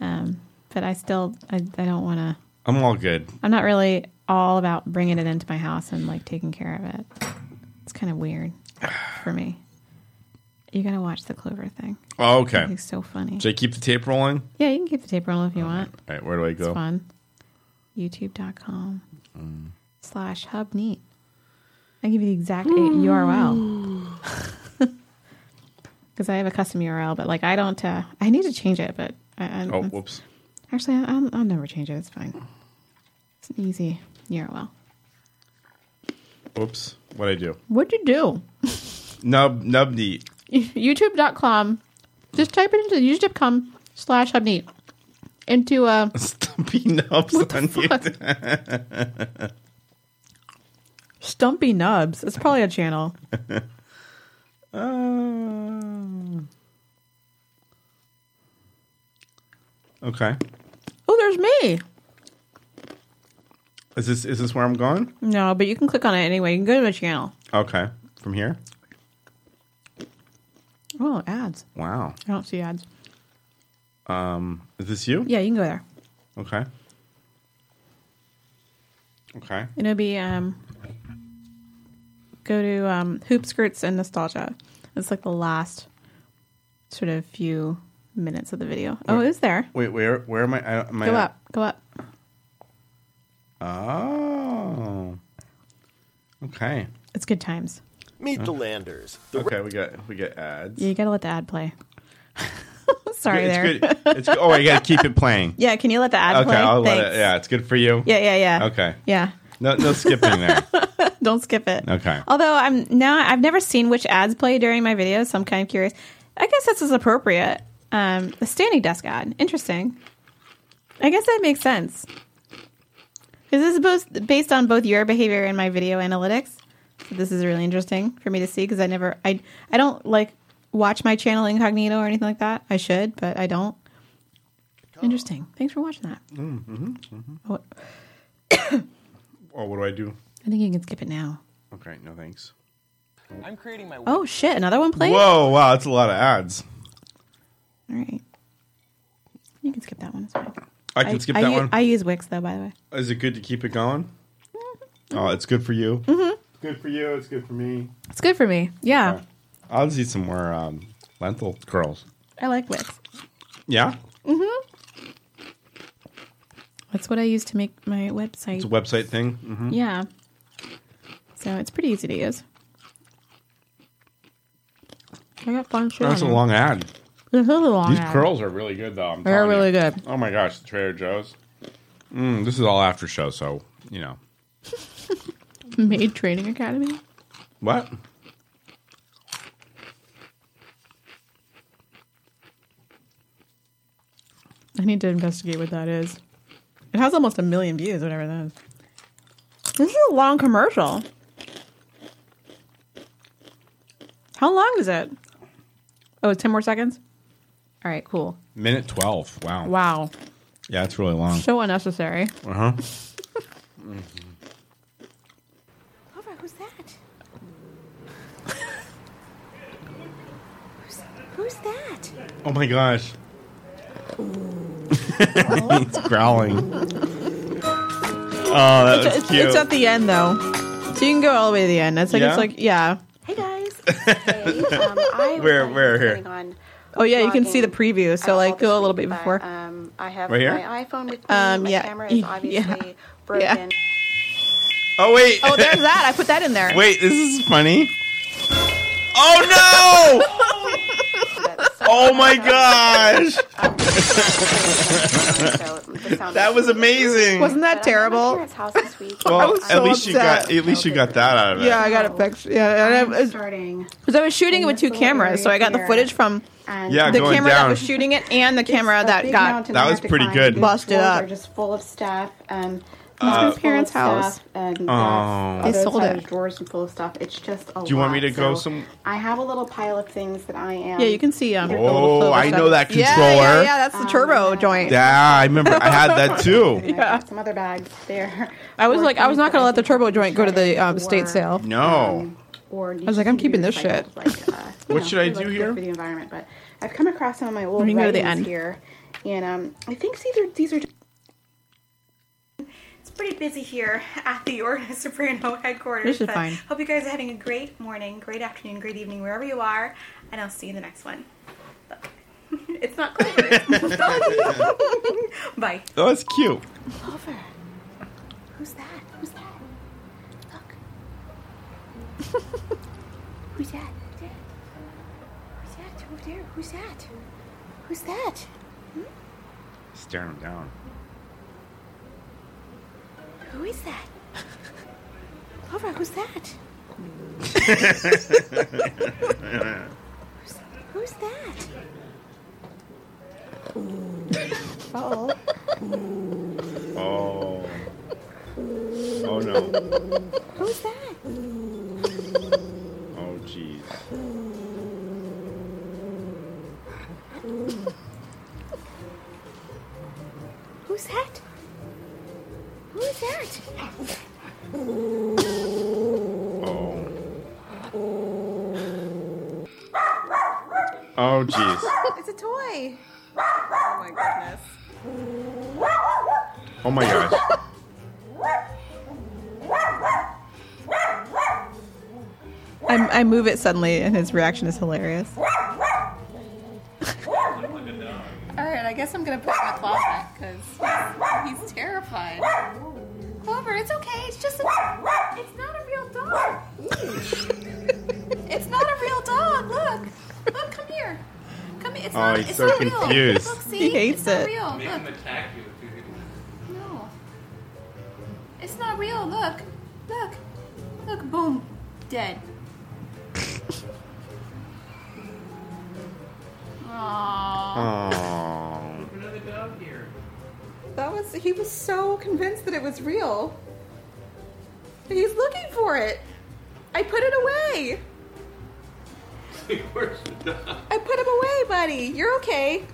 Speaker 1: Um, but I still I, I don't want to.
Speaker 2: I'm all good.
Speaker 1: I'm not really all about bringing it into my house and like taking care of it. It's kind of weird for me. You gotta watch the Clover thing.
Speaker 2: Oh, okay.
Speaker 1: It's so funny.
Speaker 2: Should I keep the tape rolling?
Speaker 1: Yeah, you can keep the tape rolling if you want.
Speaker 2: All right, where do I
Speaker 1: It's
Speaker 2: go?
Speaker 1: fun. YouTube.com slash hub neat. I give you the exact URL because I have a custom URL, but like I don't. Uh, I need to change it, but I, I,
Speaker 2: Oh, whoops.
Speaker 1: actually, I, I'll, I'll never change it. It's fine. It's an easy URL.
Speaker 2: Whoops. What'd I do?
Speaker 1: What'd you do?
Speaker 2: Nub nub neat.
Speaker 1: YouTube.com. Just type it into YouTube.com slash hub neat into uh, a.
Speaker 2: Stumpy nubs on you.
Speaker 1: Stumpy Nubs. It's probably a channel.
Speaker 2: Ah. okay.
Speaker 1: Oh, there's me.
Speaker 2: Is this is this where I'm going?
Speaker 1: No, but you can click on it anyway. You can go to the channel.
Speaker 2: Okay. From here?
Speaker 1: Oh, ads.
Speaker 2: Wow.
Speaker 1: I don't see ads.
Speaker 2: Um is this you?
Speaker 1: Yeah, you can go there.
Speaker 2: Okay. Okay.
Speaker 1: And it'll be um go to um hoop skirts and nostalgia. It's like the last sort of few minutes of the video. Oh, it is there.
Speaker 2: Wait, where where am I? I am
Speaker 1: go
Speaker 2: I,
Speaker 1: up. Go up.
Speaker 2: Oh. Okay.
Speaker 1: It's good times.
Speaker 19: Meet the
Speaker 2: Oh.
Speaker 19: Landers. The
Speaker 2: Okay, we got we got ads.
Speaker 1: Yeah, you got to let the ad play. Sorry there.
Speaker 2: It's good. It's good. Oh, I gotta keep it playing.
Speaker 1: Yeah, can you let the ad
Speaker 2: okay,
Speaker 1: play?
Speaker 2: I'll let
Speaker 1: Thanks.
Speaker 2: it. Yeah, it's good for you.
Speaker 1: Yeah, yeah, yeah.
Speaker 2: Okay.
Speaker 1: Yeah.
Speaker 2: No, no skipping there.
Speaker 1: Don't skip it.
Speaker 2: Okay.
Speaker 1: Although I'm now I've never seen which ads play during my videos, so I'm kind of curious. I guess this is appropriate. Um, the standing desk ad, interesting. I guess that makes sense. Is this is both based on both your behavior and my video analytics? So this is really interesting for me to see because I never I I don't like watch my channel incognito or anything like that. I should, but I don't. Interesting. Thanks for watching that.
Speaker 2: Mm-hmm.
Speaker 1: What-
Speaker 2: Oh, what do I do?
Speaker 1: I think you can skip it now.
Speaker 2: Okay, no thanks.
Speaker 19: I'm creating my.
Speaker 1: Oh shit! Another one played.
Speaker 2: Whoa, wow, that's a lot of ads.
Speaker 1: All right. You can skip that one. It's fine.
Speaker 2: I can skip that
Speaker 1: u-
Speaker 2: one?
Speaker 1: I use Wix though, by the way.
Speaker 2: Is it good to keep it going? Oh, it's good for you. Mm-hmm. Good for you. It's good for me.
Speaker 1: It's good for me. Yeah,
Speaker 2: I'll just eat some more um, lentil curls.
Speaker 1: I like Wix.
Speaker 2: Yeah,
Speaker 1: Mm-hmm. That's what I use to make my website.
Speaker 2: it's a website thing. Mm-hmm.
Speaker 1: Yeah. So it's pretty easy to use. I got fun shit.
Speaker 2: That's a
Speaker 1: on
Speaker 2: long ad.
Speaker 1: there. This is a long
Speaker 2: These
Speaker 1: ad.
Speaker 2: curls are really good, though. I'm
Speaker 1: They're
Speaker 2: telling you.
Speaker 1: really good.
Speaker 2: Oh my gosh, the Trader Joe's. Mm, this is all after show, so you know
Speaker 1: Maid Training Academy.
Speaker 2: what?
Speaker 1: I need to investigate what that is. It has almost a million views, whatever that is. This is a long commercial. How long is it? Oh, it's 10 more seconds? All right, cool.
Speaker 2: Minute twelve. Wow.
Speaker 1: Wow.
Speaker 2: Yeah, it's really long.
Speaker 1: So unnecessary.
Speaker 2: Uh huh.
Speaker 5: Clover, who's that? who's, who's that?
Speaker 2: Oh my gosh. it's growling. Oh, that
Speaker 1: it's,
Speaker 2: was
Speaker 1: it's,
Speaker 2: cute.
Speaker 1: it's at the end, though. So you can go all the way to the end. It's like,
Speaker 2: Yeah?
Speaker 1: it's like, yeah.
Speaker 5: Hey guys. Hey, um, I was
Speaker 2: Where- where here?
Speaker 5: planning on
Speaker 1: Oh, yeah, you can see the
Speaker 5: vlogging.
Speaker 1: preview. So, like, go a little bit
Speaker 5: but,
Speaker 1: before.
Speaker 16: uh,
Speaker 5: Um, I have
Speaker 1: Right here?
Speaker 5: my iPhone with me.
Speaker 1: Um,
Speaker 5: my
Speaker 1: yeah.
Speaker 5: camera is
Speaker 1: Yeah.
Speaker 5: obviously
Speaker 1: Yeah.
Speaker 5: broken.
Speaker 2: Oh wait.
Speaker 1: Oh, there's that. I put that in there.
Speaker 2: Wait, this is funny. Oh no! oh my gosh! Oh! that was amazing.
Speaker 1: Wasn't that terrible?
Speaker 2: Well,
Speaker 1: I'm
Speaker 2: at
Speaker 1: so
Speaker 2: least you got
Speaker 1: upset.
Speaker 2: at least you got that out of it.
Speaker 1: Yeah, I got a picture. Yeah, and I, starting because I was shooting it with two cameras, so I got the footage from
Speaker 2: Yeah,
Speaker 1: the
Speaker 2: going
Speaker 1: camera
Speaker 2: down.
Speaker 1: that was shooting it and the camera that got
Speaker 2: That was pretty good.
Speaker 1: busted up.
Speaker 5: Just full of stuff. Um,
Speaker 1: It's
Speaker 2: Uh,
Speaker 1: my parents' house.
Speaker 2: Oh.
Speaker 1: They sold it.
Speaker 5: uh, Drawers and full of stuff. It's just a
Speaker 2: Do you want me
Speaker 5: lot.
Speaker 2: to go
Speaker 5: So
Speaker 2: some-
Speaker 5: I have a little pile of things that I am.
Speaker 1: Yeah, you can see. Um,
Speaker 2: Oh, I know that
Speaker 1: Yeah, yeah,
Speaker 2: controller.
Speaker 1: Oh, yeah, that's the turbo joint.
Speaker 2: Yeah, I remember I had that too.
Speaker 1: Yeah.
Speaker 5: Some other bags there.
Speaker 1: I was like, I was not going to let the turbo joint go to the um, state sale.
Speaker 2: No.
Speaker 5: um, Or
Speaker 1: I was like, I'm keeping this shit.
Speaker 5: uh,
Speaker 2: What should I
Speaker 5: really
Speaker 2: do
Speaker 5: like
Speaker 2: here?
Speaker 5: good For the environment, but I've come across some of my old
Speaker 1: We can go to the
Speaker 5: writings
Speaker 1: end.
Speaker 5: here, and um, I think these are these are. It's pretty busy here at the Order Soprano headquarters.
Speaker 1: This is
Speaker 5: but
Speaker 1: fine.
Speaker 5: Hope you guys are having a great morning, great afternoon, great evening, wherever you are, and I'll see you in the next one. it's not clever. it's funny. Bye.
Speaker 2: That was cute.
Speaker 5: Clover. Who's that? Who's that? Look. Who's that? Who's that over there? Who's that? Who's that?
Speaker 2: Staring him down.
Speaker 5: Who is that? Clover, who's that? Who's that? Oh.
Speaker 2: oh. Oh no.
Speaker 5: Who's that?
Speaker 2: Oh jeez.
Speaker 5: Who's that? Who is that?
Speaker 2: Oh jeez.
Speaker 7: it's a toy. Oh my goodness.
Speaker 2: Oh my gosh.
Speaker 1: I, I move it suddenly, and his reaction is hilarious.
Speaker 7: All right, I guess I'm gonna put my claw back because he's terrified.
Speaker 1: Clover, it's okay. It's just a. It's not a real dog. it's not a real dog. Look. Look, come here. Come here. It's
Speaker 2: Oh,
Speaker 1: not,
Speaker 2: he's
Speaker 1: it's
Speaker 2: so
Speaker 1: not
Speaker 2: confused.
Speaker 1: Real. Look, see?
Speaker 20: He hates
Speaker 1: it's not
Speaker 20: it.
Speaker 1: real.
Speaker 21: Make him
Speaker 1: Look.
Speaker 21: attack you.
Speaker 1: No. It's not real. Look. Look. Look. Boom. Dead. Aww.
Speaker 2: Oh.
Speaker 21: Another dog here.
Speaker 1: That was he was so convinced that it was real. He's looking for it. I put it away.
Speaker 21: Where's the dog?
Speaker 1: I put him away, buddy. You're okay.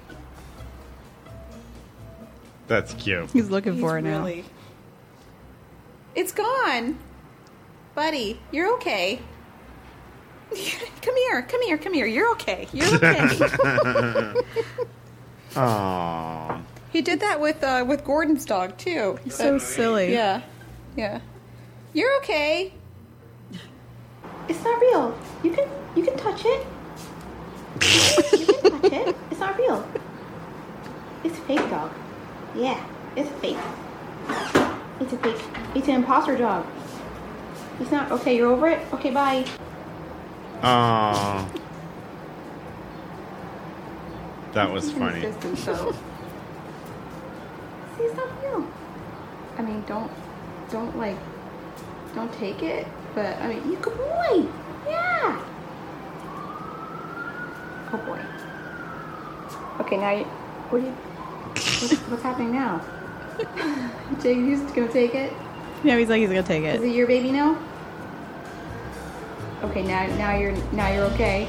Speaker 2: That's cute.
Speaker 20: He's looking for it now.
Speaker 1: really- It's gone. Buddy, you're okay. come here, come here, come here. You're okay. You're okay.
Speaker 2: Aww.
Speaker 1: he did that with uh, with Gordon's dog too.
Speaker 20: He's so silly.
Speaker 1: Yeah. Yeah. You're okay. It's not real. You can you can touch it.
Speaker 16: Touch it. It's not real. It's a fake dog. Yeah, it's fake. It's a fake. It's an imposter dog. It's not. Okay, you're over it? Okay, bye.
Speaker 2: Oh. That was funny.
Speaker 1: so. See, it's not real. I mean, don't, don't like, don't take it. But I mean, you good boy. Yeah. Oh boy. Okay, now you, what do you, what's, what's happening now? Jay, you just gonna take it?
Speaker 20: Yeah, he's like he's gonna take
Speaker 1: Is
Speaker 20: it.
Speaker 1: it your baby now? Okay, now now you're now you're okay.